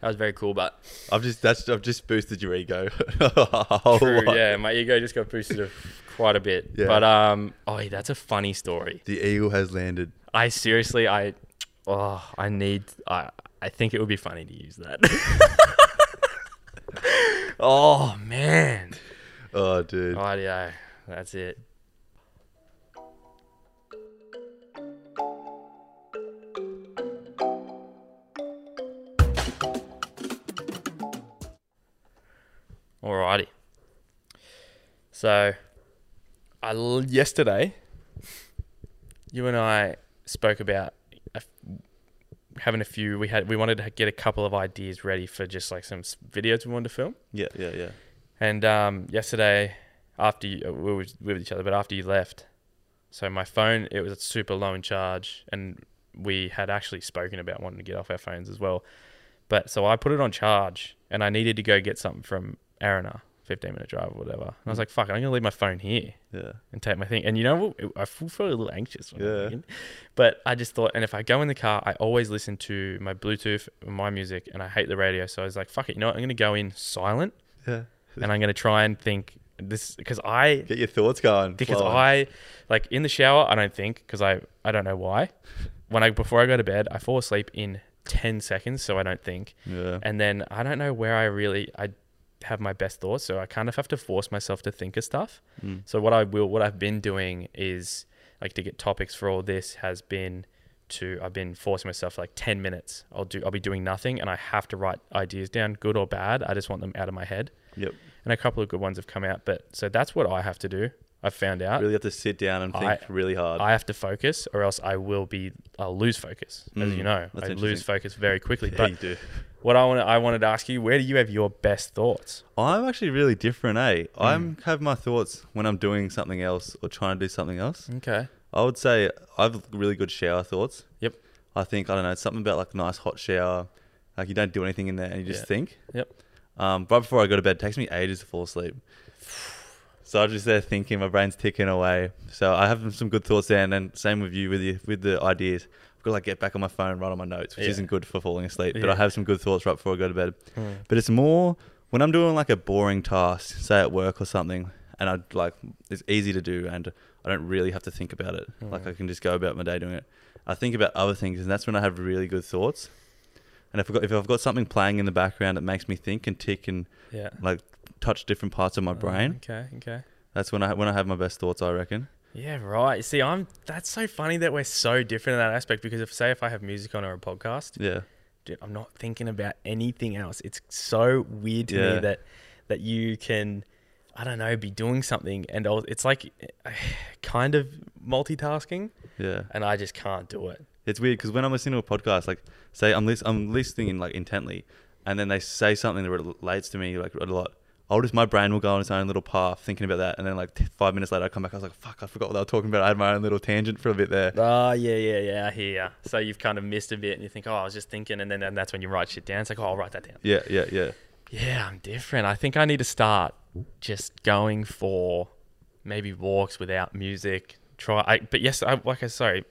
Speaker 2: that was very cool. But
Speaker 3: I've just that's I've just boosted your ego. a whole
Speaker 2: true,
Speaker 3: lot.
Speaker 2: yeah, my ego just got boosted a- quite a bit.
Speaker 3: Yeah.
Speaker 2: But um, oh, that's a funny story.
Speaker 3: The eagle has landed.
Speaker 2: I seriously, I oh, I need. I I think it would be funny to use that. oh man.
Speaker 3: Oh, dude.
Speaker 2: Rightio. That's it. Alrighty. So, I l- yesterday, you and I spoke about a f- having a few. We had we wanted to get a couple of ideas ready for just like some s- videos we wanted to film.
Speaker 3: Yeah, yeah, yeah.
Speaker 2: And um, yesterday, after you, uh, we were with each other, but after you left, so my phone it was super low in charge, and we had actually spoken about wanting to get off our phones as well. But so I put it on charge, and I needed to go get something from Arana, fifteen minute drive or whatever. And I was like, "Fuck, I'm gonna leave my phone here."
Speaker 3: Yeah.
Speaker 2: and take my thing. And you know what? I feel feel a little anxious. When I'm
Speaker 3: Yeah.
Speaker 2: leaving. But I just thought, and if I go in the car, I always listen to my Bluetooth, my music, and I hate the radio. So I was like, fuck it. You know what? I'm going to go in silent
Speaker 3: Yeah.
Speaker 2: and I'm going to try and think this because I.
Speaker 3: Get your thoughts going.
Speaker 2: Because
Speaker 3: flowing.
Speaker 2: I, like in the shower, I don't think because I I don't know why. When I before I go to bed, I fall asleep in ten seconds, so I don't think.
Speaker 3: Yeah.
Speaker 2: And then I don't know where I really I have my best thoughts, so I kind of have to force myself to think of stuff.
Speaker 3: Hmm.
Speaker 2: So what I will what I've been doing is like to get topics for all this has been to I've been forcing myself like 10 minutes. I'll do I'll be doing nothing and I have to write ideas down, good or bad. I just want them out of my head.
Speaker 3: Yep.
Speaker 2: And a couple of good ones have come out, but so that's what I have to do. I've found out.
Speaker 3: Really have to sit down and think
Speaker 2: I-
Speaker 3: really hard.
Speaker 2: I have to focus, or else I will be. I'll lose focus, as you know.
Speaker 3: Hmm, that's
Speaker 2: I lose
Speaker 3: interesting.
Speaker 2: focus very quickly.
Speaker 3: Yeah,
Speaker 2: but
Speaker 3: you do.
Speaker 2: what I want, I wanted to ask you, where do you have your best thoughts?
Speaker 3: I'm actually really different, eh?
Speaker 2: Hmm.
Speaker 3: I'm have my thoughts when I'm doing something else or trying to do something else.
Speaker 2: Okay.
Speaker 3: I would say I've really good shower thoughts.
Speaker 2: Yep.
Speaker 3: I think I don't know it's something about like a nice hot shower, like you don't do anything in there and you just
Speaker 2: Yeah.
Speaker 3: think.
Speaker 2: Yep.
Speaker 3: Um, right before I go to bed, it takes me ages to fall asleep. So I'm just there thinking, my brain's ticking away. So I have some good thoughts there, and then same with you with the with the ideas. I've got to like get back on my phone, write on my notes, which
Speaker 2: Yeah.
Speaker 3: isn't good for falling asleep. But
Speaker 2: Yeah.
Speaker 3: I have some good thoughts right before I go to bed. But it's more when I'm doing like a boring task, say at work or something, and I like it's easy to do, and I don't really have to think about it. Like I can just go about my day doing it. I think about other things, and that's when I have really good thoughts. And if I've got, if I've got something playing in the background that makes me think and tick and
Speaker 2: Yeah.
Speaker 3: like touch different parts of my brain,
Speaker 2: Okay. Okay.
Speaker 3: that's when I when I have my best thoughts. I reckon.
Speaker 2: Yeah. Right. See, I'm. That's so funny that we're so different in that aspect. Because if say if I have music on or a podcast,
Speaker 3: Yeah,
Speaker 2: dude, I'm not thinking about anything else. It's so weird to me
Speaker 3: Yeah.
Speaker 2: that that you can, I don't know, be doing something and I'll, it's like eh, kind of multitasking,
Speaker 3: yeah.
Speaker 2: and I just can't do it.
Speaker 3: It's weird because when I'm listening to a podcast, like say I'm lis- I'm listening like intently, and then they say something that relates to me like a lot. I'll just my brain will go on its own little path thinking about that, and then like t- five minutes later I come back. I was like, fuck, I forgot what I was talking about. I had my own little tangent for a bit there.
Speaker 2: Oh, yeah, yeah, yeah, I hear. ya. So you've kind of missed a bit and you think, oh, I was just thinking. And then and that's when you write shit down. It's like, oh, I'll write that down.
Speaker 3: Yeah, yeah, yeah.
Speaker 2: Yeah, I'm different. I think I need to start just going for maybe walks without music. Try, I, but yes, I, like I sorry,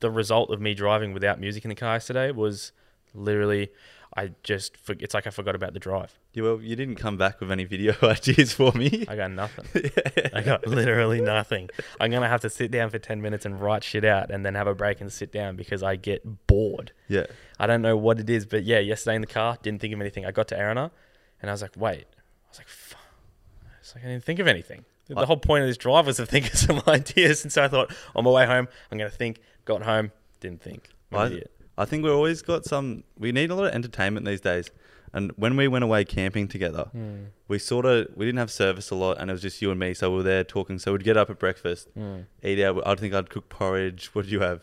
Speaker 2: the result of me driving without music in the car yesterday was literally, I just for- it's like I forgot about the drive.
Speaker 3: You, well, you didn't come back with any video ideas for me.
Speaker 2: I got nothing. I got literally nothing. I'm gonna have to sit down for ten minutes and write shit out, and then have a break and sit down because I get bored.
Speaker 3: Yeah,
Speaker 2: I don't know what it is, but yeah, yesterday in the car, didn't think of anything. I got to Arana and I was like, wait. I was like, fuck. It's like, I didn't think of anything. The whole point of this drive was to think of some ideas. And so I thought, on my way home, I'm going to think. Got home, didn't think. I'm an
Speaker 3: I,
Speaker 2: idiot.
Speaker 3: I think we've always got some. We need a lot of entertainment these days. And when we went away camping together, we sort of we didn't have service a lot, and it was just you and me. So we were there talking. So we'd get up at breakfast, eat out. I think I'd cook porridge. What did you have?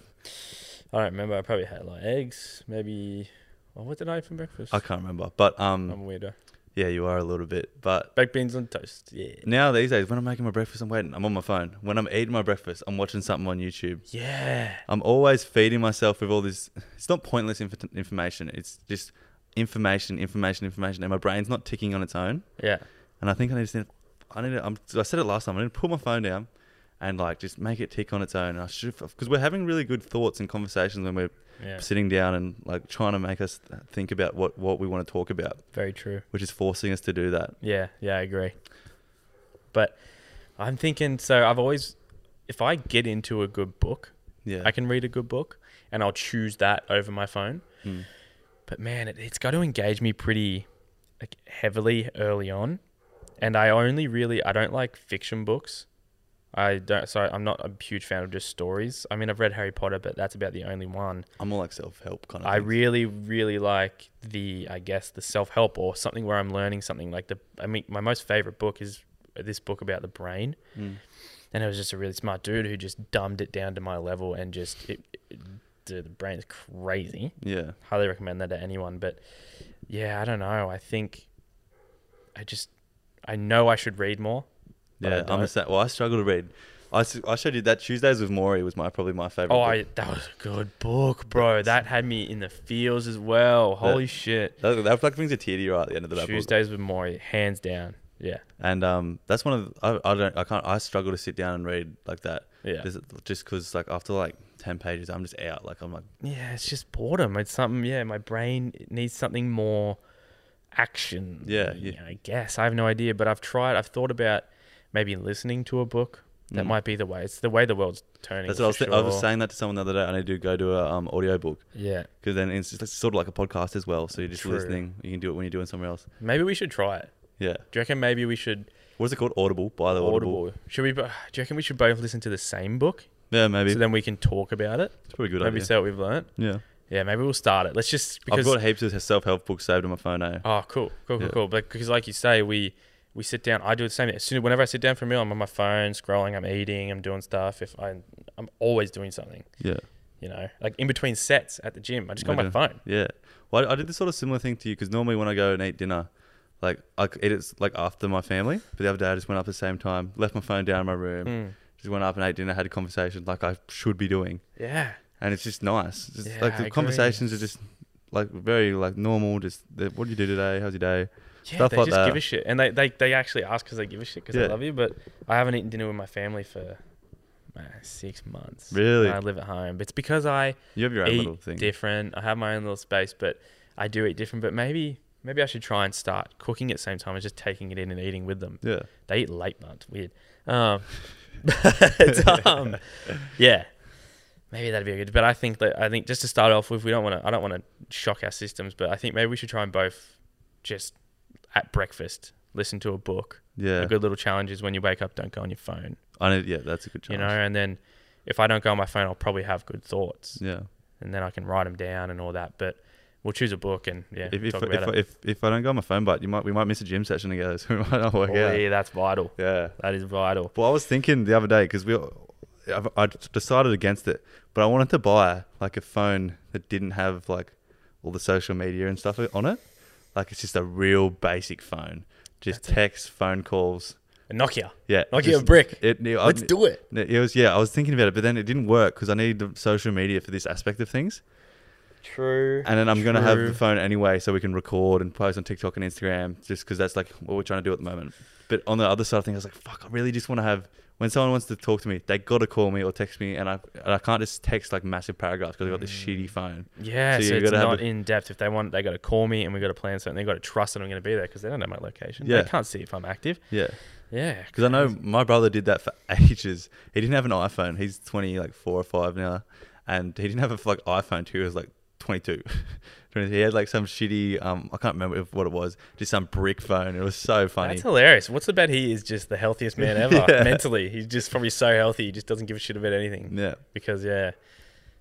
Speaker 2: I don't remember. I probably had like eggs, maybe. Oh, what did I eat for breakfast?
Speaker 3: I can't remember. But
Speaker 2: I'm a
Speaker 3: um,
Speaker 2: weirdo.
Speaker 3: yeah, you are a little bit. But
Speaker 2: Baked beans on toast. Yeah.
Speaker 3: now these days, when I'm making my breakfast, I'm waiting. I'm on my phone. When I'm eating my breakfast, I'm watching something on YouTube.
Speaker 2: Yeah.
Speaker 3: I'm always feeding myself with all this. It's not pointless inf- information. It's just information, information, information, and my brain's not ticking on its own.
Speaker 2: Yeah.
Speaker 3: And I think I need to, I need to, I'm, I said it last time, I need to pull my phone down and like just make it tick on its own. And I should, because we're having really good thoughts and conversations when we're
Speaker 2: Yeah.
Speaker 3: sitting down and like trying to make us think about what, what we want to talk about,
Speaker 2: Very true.
Speaker 3: which is forcing us to do that.
Speaker 2: Yeah, yeah, I agree. But I'm thinking so I've always if I get into a good book,
Speaker 3: Yeah.
Speaker 2: I can read a good book and I'll choose that over my phone. But man, it, it's got to engage me pretty like, heavily early on. and I only really I don't like fiction books. I don't. So I'm not a huge fan of just stories. I mean, I've read Harry Potter, but that's about the only one.
Speaker 3: I'm more like self help kind of.
Speaker 2: I
Speaker 3: things.
Speaker 2: really, really like the, I guess, the self help or something where I'm learning something. Like the, I mean, my most favorite book is this book about the brain,
Speaker 3: Mm.
Speaker 2: and it was just a really smart dude who just dumbed it down to my level and just, it, it, dude, the brain is crazy.
Speaker 3: yeah.
Speaker 2: Highly recommend that to anyone. But yeah, I don't know. I think I just, I know I should read more. but I
Speaker 3: Yeah, I'm
Speaker 2: don't.
Speaker 3: a sa- well. I struggle to read. I, s- I showed you that Tuesdays with Maury was my probably my favorite.
Speaker 2: Oh,
Speaker 3: book.
Speaker 2: I, that was a good book, bro. That had me in the feels as well. Holy shit.
Speaker 3: that, that like brings a tear to your eye at the end of that book.
Speaker 2: Tuesdays with Maury, hands down. Yeah.
Speaker 3: and um, that's one of the, I, I don't I can't I struggle to sit down and read like that.
Speaker 2: Yeah.
Speaker 3: Just- just because like after like ten pages, I'm just out. Like I'm like
Speaker 2: Yeah, it's just boredom. It's something, yeah, my brain needs something more action.
Speaker 3: Yeah, yeah.
Speaker 2: I guess. I have no idea, but I've tried, I've thought about maybe listening to a book. That
Speaker 3: Mm.
Speaker 2: might be the way. It's the way the world's turning.
Speaker 3: that's what I was
Speaker 2: for
Speaker 3: thi- I was
Speaker 2: sure.
Speaker 3: saying that to someone the other day. I need to go do a um audio book
Speaker 2: Yeah.
Speaker 3: because then it's, it's sort of like a podcast as well. So you're just
Speaker 2: True.
Speaker 3: listening. You can do it when you're doing somewhere else.
Speaker 2: Maybe we should try it.
Speaker 3: Yeah.
Speaker 2: Do you reckon maybe we should
Speaker 3: What is it called? Audible by the Audible.
Speaker 2: audible? Should we? bo- Do you reckon we should both listen to the same book
Speaker 3: Yeah, maybe.
Speaker 2: so then we can talk about it?
Speaker 3: it's probably a good
Speaker 2: Maybe
Speaker 3: idea.
Speaker 2: see what we've learned.
Speaker 3: yeah.
Speaker 2: Yeah, maybe we'll start it. Let's just because.
Speaker 3: I've got heaps of self help books saved on my phone. Eh?
Speaker 2: oh, cool, cool, cool,
Speaker 3: Yeah.
Speaker 2: cool. But because, like you say, we we sit down. I do the same. As soon whenever I sit down for a meal, I'm on my phone scrolling. I'm eating. I'm doing stuff. If I I'm always doing something.
Speaker 3: Yeah.
Speaker 2: You know, like in between sets at the gym, I just got
Speaker 3: I
Speaker 2: my
Speaker 3: do.
Speaker 2: phone.
Speaker 3: Yeah. Well, I I did this sort of similar thing to you because normally when I go and eat dinner, like I c- eat it like after my family. But the other day I just went up at the same time, left my phone down in my room,
Speaker 2: Hmm.
Speaker 3: just went up and ate dinner, had a conversation like I should be doing,
Speaker 2: Yeah,
Speaker 3: and it's just nice. It's just,
Speaker 2: Yeah,
Speaker 3: like
Speaker 2: I
Speaker 3: the
Speaker 2: agree.
Speaker 3: conversations are just like very like normal. Just the, what do you do today? How's your day?
Speaker 2: yeah.
Speaker 3: Stuff
Speaker 2: they
Speaker 3: like
Speaker 2: just
Speaker 3: that.
Speaker 2: give a shit, and they they, they actually ask because they give a shit because
Speaker 3: Yeah.
Speaker 2: they love you. But I haven't eaten dinner with my family for. man, Six months.
Speaker 3: Really?
Speaker 2: I live at home. It's because I
Speaker 3: You have your own little
Speaker 2: eat
Speaker 3: thing.
Speaker 2: different. I have my own little space, but I do eat different. But maybe maybe I should try and start cooking at the same time as just taking it in and eating with them.
Speaker 3: yeah.
Speaker 2: They eat late lunch. Weird. Um, but, um, yeah, maybe that'd be good. But I think that I think just to start off with, we don't want to. I don't want to shock our systems, but I think maybe we should try and both just at breakfast listen to a book.
Speaker 3: Yeah.
Speaker 2: A good little challenge is when you wake up, don't go on your phone.
Speaker 3: I need, yeah, that's a good
Speaker 2: You
Speaker 3: challenge.
Speaker 2: know, and then if I don't go on my phone, I'll probably have good thoughts
Speaker 3: Yeah.
Speaker 2: and then I can write them down and all that. But we'll choose a book and yeah,
Speaker 3: If if,
Speaker 2: talk
Speaker 3: if,
Speaker 2: about
Speaker 3: if
Speaker 2: it.
Speaker 3: if I don't go on my phone, but you might we might miss a gym session together, so we might not work
Speaker 2: oh,
Speaker 3: out.
Speaker 2: yeah, that's vital.
Speaker 3: Yeah.
Speaker 2: That is vital.
Speaker 3: Well, I was thinking the other day because we, I've, I decided against it, but I wanted to buy like a phone that didn't have like all the social media and stuff on it. Like it's just a real basic phone, just text, phone calls.
Speaker 2: Nokia.
Speaker 3: Yeah,
Speaker 2: Nokia
Speaker 3: just-
Speaker 2: brick.
Speaker 3: It, it- I-
Speaker 2: Let's do it.
Speaker 3: It was yeah. I was thinking about it, but then it didn't work because I needed the social media for this aspect of things.
Speaker 2: True.
Speaker 3: And then I'm gonna have the
Speaker 2: True.
Speaker 3: phone anyway, so we can record and post on TikTok and Instagram, just because that's like what we're trying to do at the moment. But on the other side of things, I was like, fuck, I really just want to have when someone wants to talk to me, they gotta call me or text me, and I and I can't just text like massive paragraphs because I got this
Speaker 2: Mm.
Speaker 3: shitty phone.
Speaker 2: Yeah,
Speaker 3: So
Speaker 2: so,
Speaker 3: you
Speaker 2: it's
Speaker 3: gotta have
Speaker 2: not
Speaker 3: a-
Speaker 2: in depth. If they want, they got to call me and we got to plan something. They got to trust that I'm going to be there because they don't know my location.
Speaker 3: Yeah.
Speaker 2: They can't see if I'm active.
Speaker 3: Yeah,
Speaker 2: Yeah,
Speaker 3: because I know my brother did that for ages. He didn't have an iPhone. He's twenty, like four or five now, and he didn't have a like iPhone too. He was like. 22. he had like some shitty, um, I can't remember what it was, just some brick phone. It was so funny.
Speaker 2: That's hilarious. What's the bet he is just the healthiest man ever
Speaker 3: Yeah.
Speaker 2: mentally? He's just probably so healthy. He just doesn't give a shit about anything.
Speaker 3: yeah.
Speaker 2: Because yeah,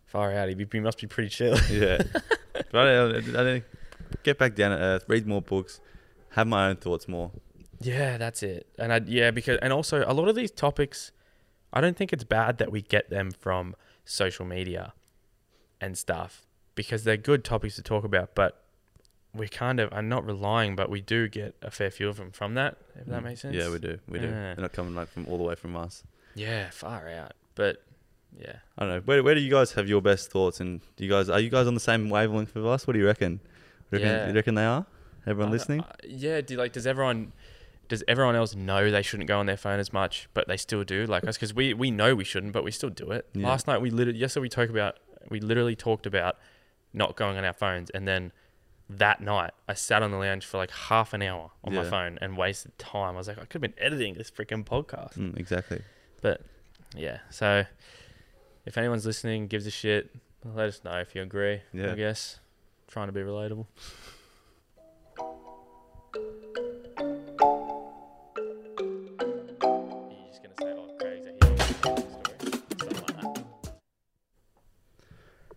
Speaker 2: far out. He, be, he must be pretty chill.
Speaker 3: Yeah. but I don't, I don't get back down to earth, read more books, have my own thoughts more.
Speaker 2: Yeah, that's it. And I yeah, because and also a lot of these topics I don't think it's bad that we get them from social media and stuff because they're good topics to talk about, but we kind of are not relying, but we do get a fair few of them from that, if that makes sense.
Speaker 3: Mm. Yeah, we do. We do.
Speaker 2: Yeah.
Speaker 3: They're not coming like from all the way from us.
Speaker 2: Yeah, far out. But yeah.
Speaker 3: I don't know. Where, where do you guys have your best thoughts? And do you guys are you guys on the same wavelength with us? What do you reckon? reckon
Speaker 2: Yeah.
Speaker 3: You reckon they are? Everyone
Speaker 2: I don't-
Speaker 3: listening?
Speaker 2: I- Uh, yeah, do, like does everyone does everyone else know they shouldn't go on their phone as much, but they still do? Like us, because we we know we shouldn't, but we still do it.
Speaker 3: Yeah.
Speaker 2: Last night we literally yesterday we talked about we literally talked about not going on our phones, and then that night I sat on the lounge for like half an hour on my
Speaker 3: Yeah.
Speaker 2: phone and wasted time. I was like, I could have been editing this freaking podcast,
Speaker 3: Mm, exactly.
Speaker 2: but yeah. So if anyone's listening, gives a shit, let us know if you agree.
Speaker 3: Yeah.
Speaker 2: I guess trying to be relatable.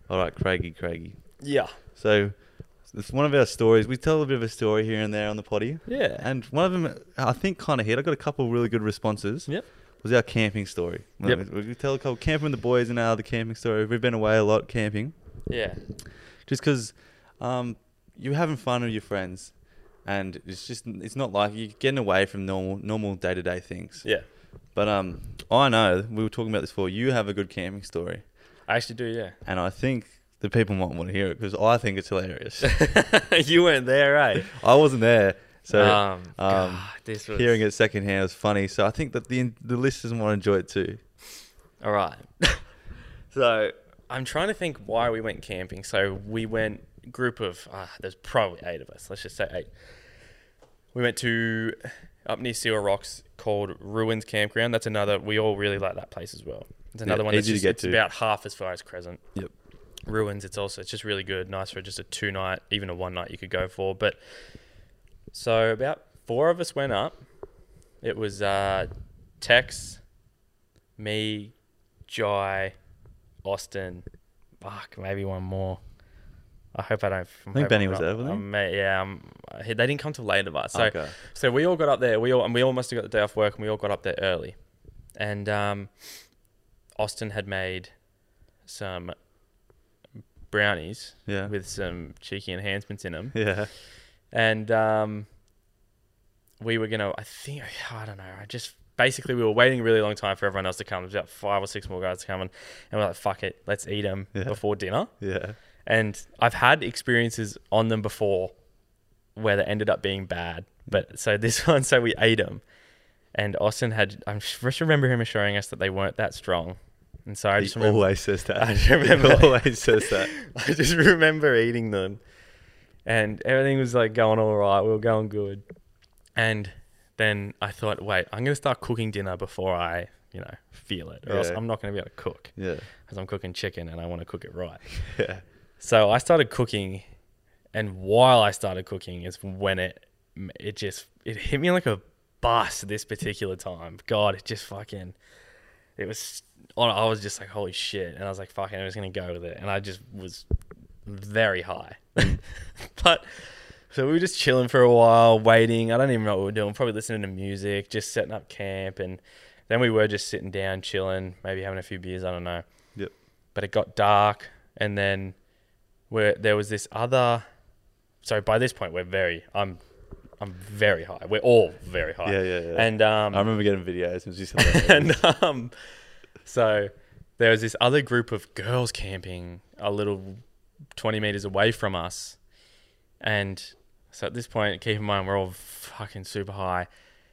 Speaker 3: All right, Craigie, Craigie.
Speaker 2: Yeah.
Speaker 3: So it's one of our stories. We tell a bit of a story here and there on the potty.
Speaker 2: Yeah.
Speaker 3: And one of them, I think, kind of hit. I got a couple really good responses.
Speaker 2: Yep.
Speaker 3: Was our camping story.
Speaker 2: Yep.
Speaker 3: We, we tell a couple camping with the boys and our other camping story. We've been away a lot camping,
Speaker 2: Yeah.
Speaker 3: just because um, you're having fun with your friends, and it's just it's not like you're getting away from normal normal day to day things.
Speaker 2: Yeah.
Speaker 3: But um, I know we were talking about this before. You have a good camping story,
Speaker 2: I actually do, yeah.
Speaker 3: and I think the people might want to hear it because I think it's hilarious.
Speaker 2: you weren't there, eh? right?
Speaker 3: I wasn't there, so
Speaker 2: um,
Speaker 3: um,
Speaker 2: God, this was
Speaker 3: hearing it secondhand was funny. So I think that the the listeners might enjoy it too.
Speaker 2: All right. so I'm trying to think why we went camping. So we went group of uh, there's probably eight of us. Let's just say eight. We went to up near Seal Rocks called Ruins Campground. That's another. We all really like that place as well. It's another one that's
Speaker 3: easy to
Speaker 2: just,
Speaker 3: get
Speaker 2: it's
Speaker 3: to.
Speaker 2: about half as far as Crescent.
Speaker 3: Yep.
Speaker 2: ruins. It's also it's just really good, nice for just a two night, even a one night you could go for. But so about four of us went up. It was uh, Tex, me, Jai, Austin, fuck, maybe one more. I hope I don't. I
Speaker 3: think Benny was there, wasn't he?
Speaker 2: yeah, um, he- they didn't come till later, but so
Speaker 3: Okay.
Speaker 2: so we all got up there. We all and we all must have got the day off work, and we all got up there early. And um, Austin had made some brownies
Speaker 3: Yeah.
Speaker 2: with some cheeky enhancements in them.
Speaker 3: Yeah.
Speaker 2: And um, we were going to, I think, I don't know. I just basically, we were waiting a really long time for everyone else to come. There's about five or six more guys to come. And, and we're like, fuck it, let's eat them
Speaker 3: Yeah.
Speaker 2: before dinner.
Speaker 3: Yeah.
Speaker 2: And I've had experiences on them before where they ended up being bad. But so this one, so we ate them. And Austin had, I just remember him assuring us that they weren't that strong. And so I just
Speaker 3: He
Speaker 2: remember.
Speaker 3: always says that.
Speaker 2: I just remember-
Speaker 3: He always says that.
Speaker 2: I just remember eating them, and everything was like going all right. We were going good, and then I thought, wait, I'm gonna start cooking dinner before I, you know, feel it, or else
Speaker 3: Yeah.
Speaker 2: I'm not gonna be able to cook
Speaker 3: Yeah.
Speaker 2: because I'm cooking chicken and I want to cook it right.
Speaker 3: Yeah.
Speaker 2: So I started cooking, and while I started cooking is when it it just it hit me like a bus this particular time. God, it just fucking it was. I was just like, holy shit, and I was like, fucking, I'm just gonna go with it, and I just was very high. but so we were just chilling for a while, waiting. I don't even know what we were doing. Probably listening to music, just setting up camp, and then we were just sitting down, chilling, maybe having a few beers. I don't know
Speaker 3: Yep.
Speaker 2: but it got dark and then where there was this other so by this point we're very i'm i'm very high we're all very high
Speaker 3: Yeah, yeah, yeah.
Speaker 2: and um
Speaker 3: I remember getting videos. It was just hilarious.
Speaker 2: and um so there was this other group of girls camping a little 20 meters away from us and so at this point keep in mind we're all fucking super high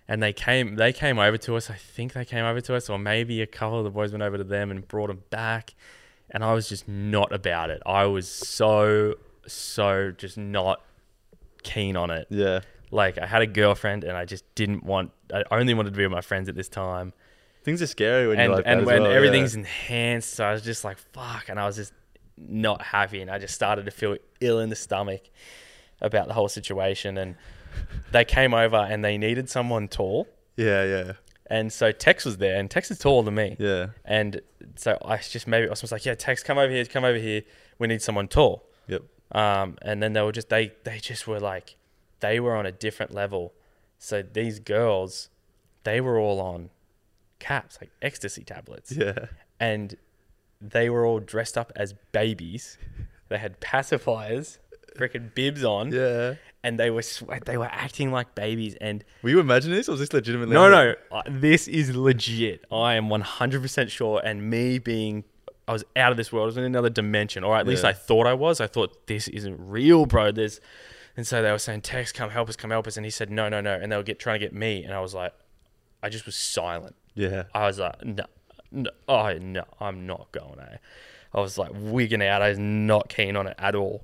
Speaker 2: and they came they came over to us i think they came over to us or maybe a couple of the boys went over to them and brought them back and i was just not about it i was so so just not keen on it
Speaker 3: yeah.
Speaker 2: like i had a girlfriend and i just didn't want i only wanted to be with my friends at this time
Speaker 3: Things are scary when
Speaker 2: and
Speaker 3: you're like that
Speaker 2: and
Speaker 3: as
Speaker 2: when
Speaker 3: well, yeah.
Speaker 2: everything's enhanced, so I was just like, fuck, and I was just not happy, and I just started to feel ill in the stomach about the whole situation. And they came over and they needed someone tall,
Speaker 3: Yeah, yeah.
Speaker 2: and so Tex was there, and Tex is taller than me,
Speaker 3: Yeah.
Speaker 2: and so I just maybe I was like, yeah, Tex, come over here, come over here, we need someone tall.
Speaker 3: Yep.
Speaker 2: Um, and then they were just they they just were like they were on a different level. So these girls, they were all on caps, like ecstasy tablets
Speaker 3: Yeah.
Speaker 2: and they were all dressed up as babies. They had pacifiers, freaking bibs on,
Speaker 3: Yeah.
Speaker 2: and they were sw- they were acting like babies. And
Speaker 3: Were you imagining this or was this legitimately?
Speaker 2: no, no, uh, this is legit. I am one hundred percent sure. And me being, I was out of this world. I was in another dimension, or at least
Speaker 3: Yeah.
Speaker 2: I thought I was. I thought this isn't real, bro. This, and so they were saying, "Tex, come help us, come help us," and he said, "No, no, no," and they were get trying to get me, and I was like, I just was silent.
Speaker 3: Yeah.
Speaker 2: I was like, no, no, oh no, I'm not going. Eh? I was like wigging out. I was not keen on it at all.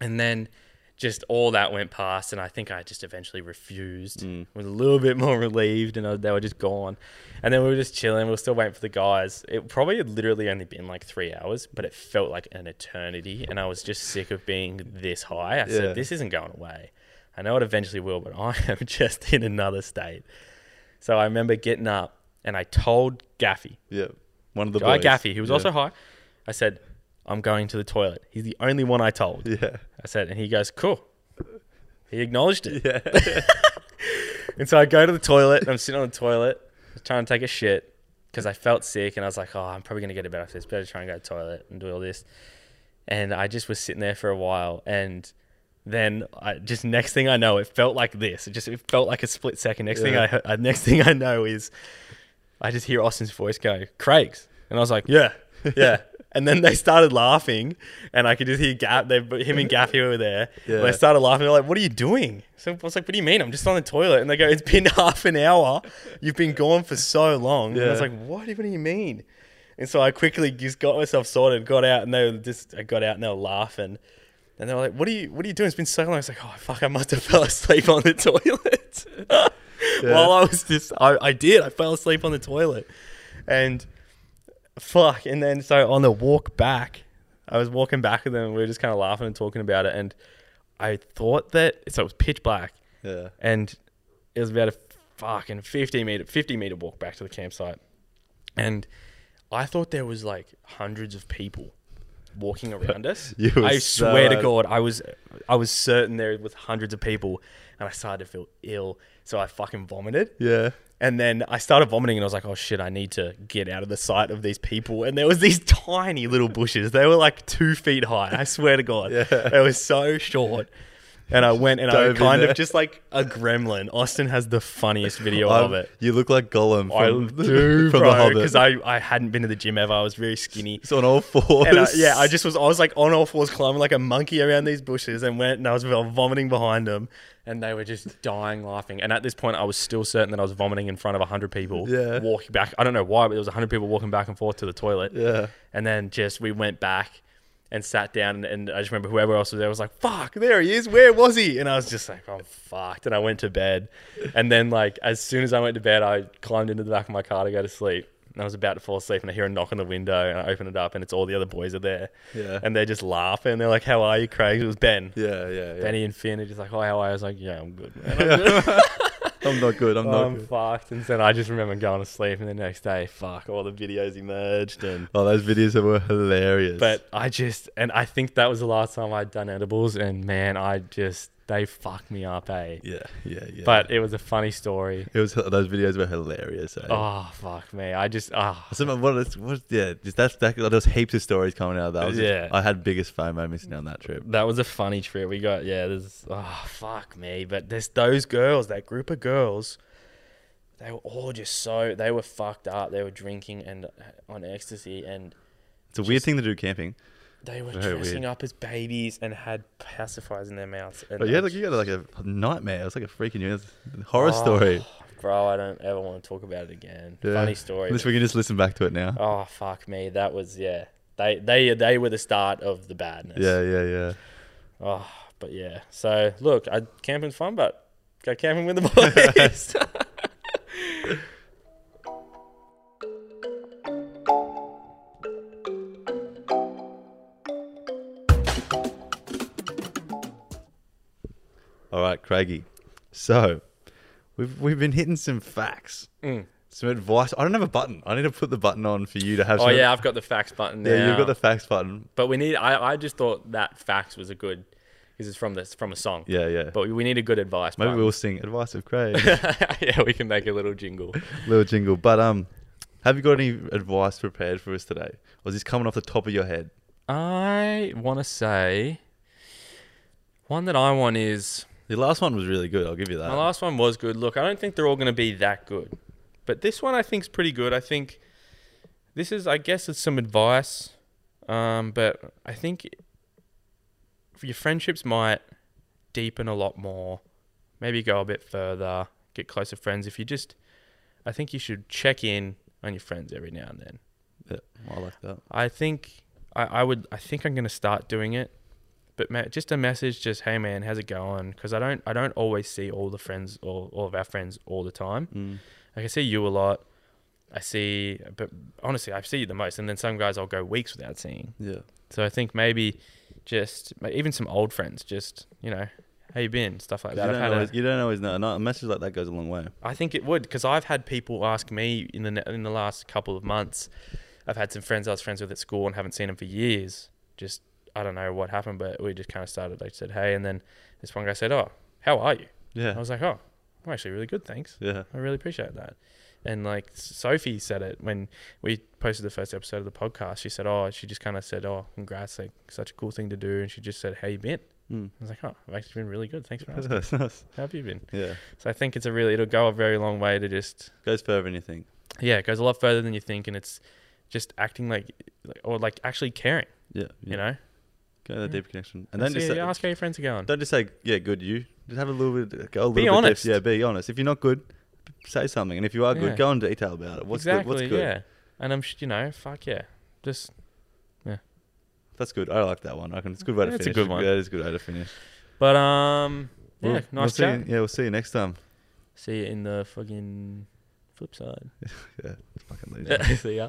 Speaker 2: And then just all that went past, and I think I just eventually refused.
Speaker 3: Mm.
Speaker 2: Was a little bit more relieved, and I, they were just gone. And then we were just chilling. We were still waiting for the guys. It probably had literally only been like three hours, but it felt like an eternity. And I was just sick of being this high. I
Speaker 3: Yeah.
Speaker 2: said, "This isn't going away. I know it eventually will, but I am just in another state." So I remember getting up and I told Gaffy,
Speaker 3: Yep. One of the
Speaker 2: Guy
Speaker 3: boys.
Speaker 2: Gaffy, who was
Speaker 3: Yeah.
Speaker 2: also high. I said, I'm going to the toilet. He's the only one I told.
Speaker 3: Yeah.
Speaker 2: I said, and he goes, cool. He acknowledged it.
Speaker 3: Yeah.
Speaker 2: And so I go to the toilet and I'm sitting on the toilet trying to take a shit because I felt sick and I was like, oh, I'm probably going to get a better this. Better try and go to the toilet and do all this. And I just was sitting there for a while. And then I just next thing I know, it felt like this. It just it felt like a split second. Next thing
Speaker 3: Yeah.
Speaker 2: I heard, uh, next thing I know is I just hear Austin's voice go, Craig's. And I was like, yeah, yeah. And then they started laughing, and I could just hear Gaff. They, him and Gaffy were there.
Speaker 3: Yeah.
Speaker 2: They started laughing. They're like, "What are you doing?" So I was like, "What do you mean? I'm just on the toilet." And they go, "It's been half an hour. You've been gone for so long." And I was
Speaker 3: Yeah.
Speaker 2: like, "What? What do you mean?" And so I quickly just got myself sorted, got out, and they were just I got out and they were laughing, and they were like, "What are you? What are you doing? It's been so long." I was like, "Oh fuck! I must have fell asleep on the toilet." While I was just, I, I did. I fell asleep on the toilet, and fuck. And then so on the walk back, I was walking back with them. And we were just kind of laughing and talking about it, and I thought that so it was pitch black
Speaker 3: yeah.
Speaker 2: and it was about a fucking 50 meter 50 meter walk back to the campsite and i thought there was like hundreds of people walking around us
Speaker 3: You were
Speaker 2: i
Speaker 3: so
Speaker 2: swear to
Speaker 3: out.
Speaker 2: god i was i was certain there was hundreds of people and i started to feel ill so i fucking vomited
Speaker 3: Yeah.
Speaker 2: and then I started vomiting and I was like, oh shit, I need to get out of the sight of these people. And there was these tiny little bushes. They were like two feet high. I swear to God.
Speaker 3: Yeah.
Speaker 2: They were so short. And I went and
Speaker 3: Dove
Speaker 2: I
Speaker 3: in
Speaker 2: kind
Speaker 3: there.
Speaker 2: of just like a gremlin. Austin has the funniest video
Speaker 3: I-
Speaker 2: of it.
Speaker 3: You look like Gollum
Speaker 2: I
Speaker 3: from,
Speaker 2: do,
Speaker 3: from
Speaker 2: bro,
Speaker 3: The Hobbit.
Speaker 2: because I, I hadn't been to the gym ever. I was very skinny.
Speaker 3: it's on all fours.
Speaker 2: And I, yeah, I just was, I was like on all fours climbing like a monkey around these bushes and went and I was vomiting behind them and they were just dying laughing. And at this point, I was still certain that I was vomiting in front of 100 people
Speaker 3: Yeah.
Speaker 2: walking back. I don't know why, but there was 100 people walking back and forth to the toilet.
Speaker 3: Yeah.
Speaker 2: And then just we went back and sat down and, and I just remember whoever else was there was like, fuck, there he is. Where was he? And I was just like, I'm fucked. And I went to bed. And then like as soon as I went to bed, I climbed into the back of my car to go to sleep. And I was about to fall asleep and I hear a knock on the window and I open it up and it's all the other boys are there.
Speaker 3: Yeah.
Speaker 2: And they're just laughing. They're like, How are you, Craig? It was Ben.
Speaker 3: Yeah, yeah, yeah.
Speaker 2: Benny and Finn are just like, Oh, how are you? I was like, Yeah, I'm good, man.
Speaker 3: I'm not good. I'm not
Speaker 2: I'm
Speaker 3: good.
Speaker 2: fucked. And then I just remember going to sleep and the next day, fuck, all the videos emerged and
Speaker 3: Oh, those videos were hilarious.
Speaker 2: But I just, and I think that was the last time I'd done edibles, and man, I just, they fucked me up, eh?
Speaker 3: yeah, yeah, yeah.
Speaker 2: But it was a funny story.
Speaker 3: it was those videos were hilarious. Eh?
Speaker 2: Oh, fuck me. I just, oh,
Speaker 3: So man, what is, what is, yeah, just that's that, there was heaps of stories coming out of that. I was just-
Speaker 2: Yeah.
Speaker 3: I had biggest FOMO missing out on that trip.
Speaker 2: that was a funny trip. We got, yeah, there's, oh, fuck me. But there's those girls, that group of girls, they were all just so, they were fucked up. They were drinking and uh, on ecstasy, and
Speaker 3: It's a weird thing to do camping.
Speaker 2: they were
Speaker 3: Very
Speaker 2: dressing
Speaker 3: weird.
Speaker 2: up as babies and had pacifiers in their mouths. And
Speaker 3: But yeah,
Speaker 2: I
Speaker 3: like you got like a nightmare. It was like a freaking it was a horror
Speaker 2: Oh,
Speaker 3: story.
Speaker 2: Bro, I don't ever want to talk about it again.
Speaker 3: Yeah.
Speaker 2: Funny story.
Speaker 3: At least we can just listen back to it now.
Speaker 2: Oh fuck me. That was yeah. They they they were the start of the badness.
Speaker 3: yeah, yeah, yeah.
Speaker 2: Oh, but yeah. So look, I camping's fun, but go camping with the boys.
Speaker 3: All right, Craigie. So we've we've been hitting some facts,
Speaker 2: Mm.
Speaker 3: some advice. I don't have a button. I need to put the button on for you to have.
Speaker 2: oh
Speaker 3: some,
Speaker 2: yeah, I've got the fax button now.
Speaker 3: yeah. You've got the facts button.
Speaker 2: But we need. I I just thought that fax was a good because it's from this from a song.
Speaker 3: Yeah, yeah.
Speaker 2: But we need a good advice.
Speaker 3: Maybe
Speaker 2: button.
Speaker 3: we'll sing advice of Craig,
Speaker 2: yeah, we can make a little jingle.
Speaker 3: little jingle. But um, have you got any advice prepared for us today, or is this coming off the top of your head?
Speaker 2: I want to say one that I want is
Speaker 3: Your last one was really good. I'll give you that.
Speaker 2: My last one was good. Look, I don't think they're all going to be that good, but this one I think's pretty good. I think this is, I guess, it's some advice, um, but I think your friendships might deepen a lot more. Maybe go a bit further, get closer friends. If you just, I think you should check in on your friends every now and then.
Speaker 3: Yeah, I like that.
Speaker 2: I think I, I would. I think I'm gonna start doing it, but ma- just a message, just hey man, how's it going? Because I don't, I don't always see all the friends or all of our friends all the time.
Speaker 3: Mm.
Speaker 2: Like I see you a lot. I see, but honestly, I see you the most. And then some guys I'll go weeks without seeing.
Speaker 3: Yeah.
Speaker 2: So I think maybe just even some old friends, just you know, how you been, stuff like
Speaker 3: You
Speaker 2: that. I've
Speaker 3: don't,
Speaker 2: had a-
Speaker 3: always, you don't always know. No, a message like that goes a long way.
Speaker 2: I think it would because I've had people ask me in the ne- in the last couple of months. I've had some friends I was friends with at school and haven't seen them for years, just I don't know what happened, but we just kind of started. They said, "Hey," and then this one guy said, "Oh, how are you?" I
Speaker 3: Yeah.
Speaker 2: was like, "Oh, I'm actually really good, thanks.
Speaker 3: Yeah.
Speaker 2: I really appreciate that." And like Sophie said it when we posted the first episode of the podcast, she said, "Oh," she just kind of said, "Oh, congrats, like such a cool thing to do," and she just said, "How you been?"
Speaker 3: Mm.
Speaker 2: I was like, "Oh, I've actually been really good. Thanks for asking.
Speaker 3: That's nice.
Speaker 2: How have you been?"
Speaker 3: Yeah.
Speaker 2: So I think it's a really it'll go a very long way to just
Speaker 3: Goes further than you think.
Speaker 2: yeah, it goes a lot further than you think, and it's just acting like or like actually caring,
Speaker 3: Yeah. yeah.
Speaker 2: you know.
Speaker 3: Go to that deep connection. And
Speaker 2: That's
Speaker 3: then just
Speaker 2: it.
Speaker 3: say,
Speaker 2: Yeah, ask how your friends are going.
Speaker 3: don't just say, yeah, good, you. Just have a little bit, go a little
Speaker 2: Be
Speaker 3: bit deep.
Speaker 2: honest.
Speaker 3: Yeah, be honest. If you're not good, say something. And if you are good,
Speaker 2: Yeah.
Speaker 3: go into detail about it. What's
Speaker 2: exactly,
Speaker 3: good? What's good?
Speaker 2: yeah. And I'm, sh- you know, fuck yeah, just
Speaker 3: That's good. I like that one. I reckon it's a good way to
Speaker 2: That's a
Speaker 3: finish.
Speaker 2: good one.
Speaker 3: That is a good way to finish.
Speaker 2: But um, yeah,
Speaker 3: Well,
Speaker 2: nice
Speaker 3: we'll see
Speaker 2: chat.
Speaker 3: you- yeah, we'll see you next time.
Speaker 2: see you in the fucking flip side.
Speaker 3: yeah, fucking loser.
Speaker 2: see ya.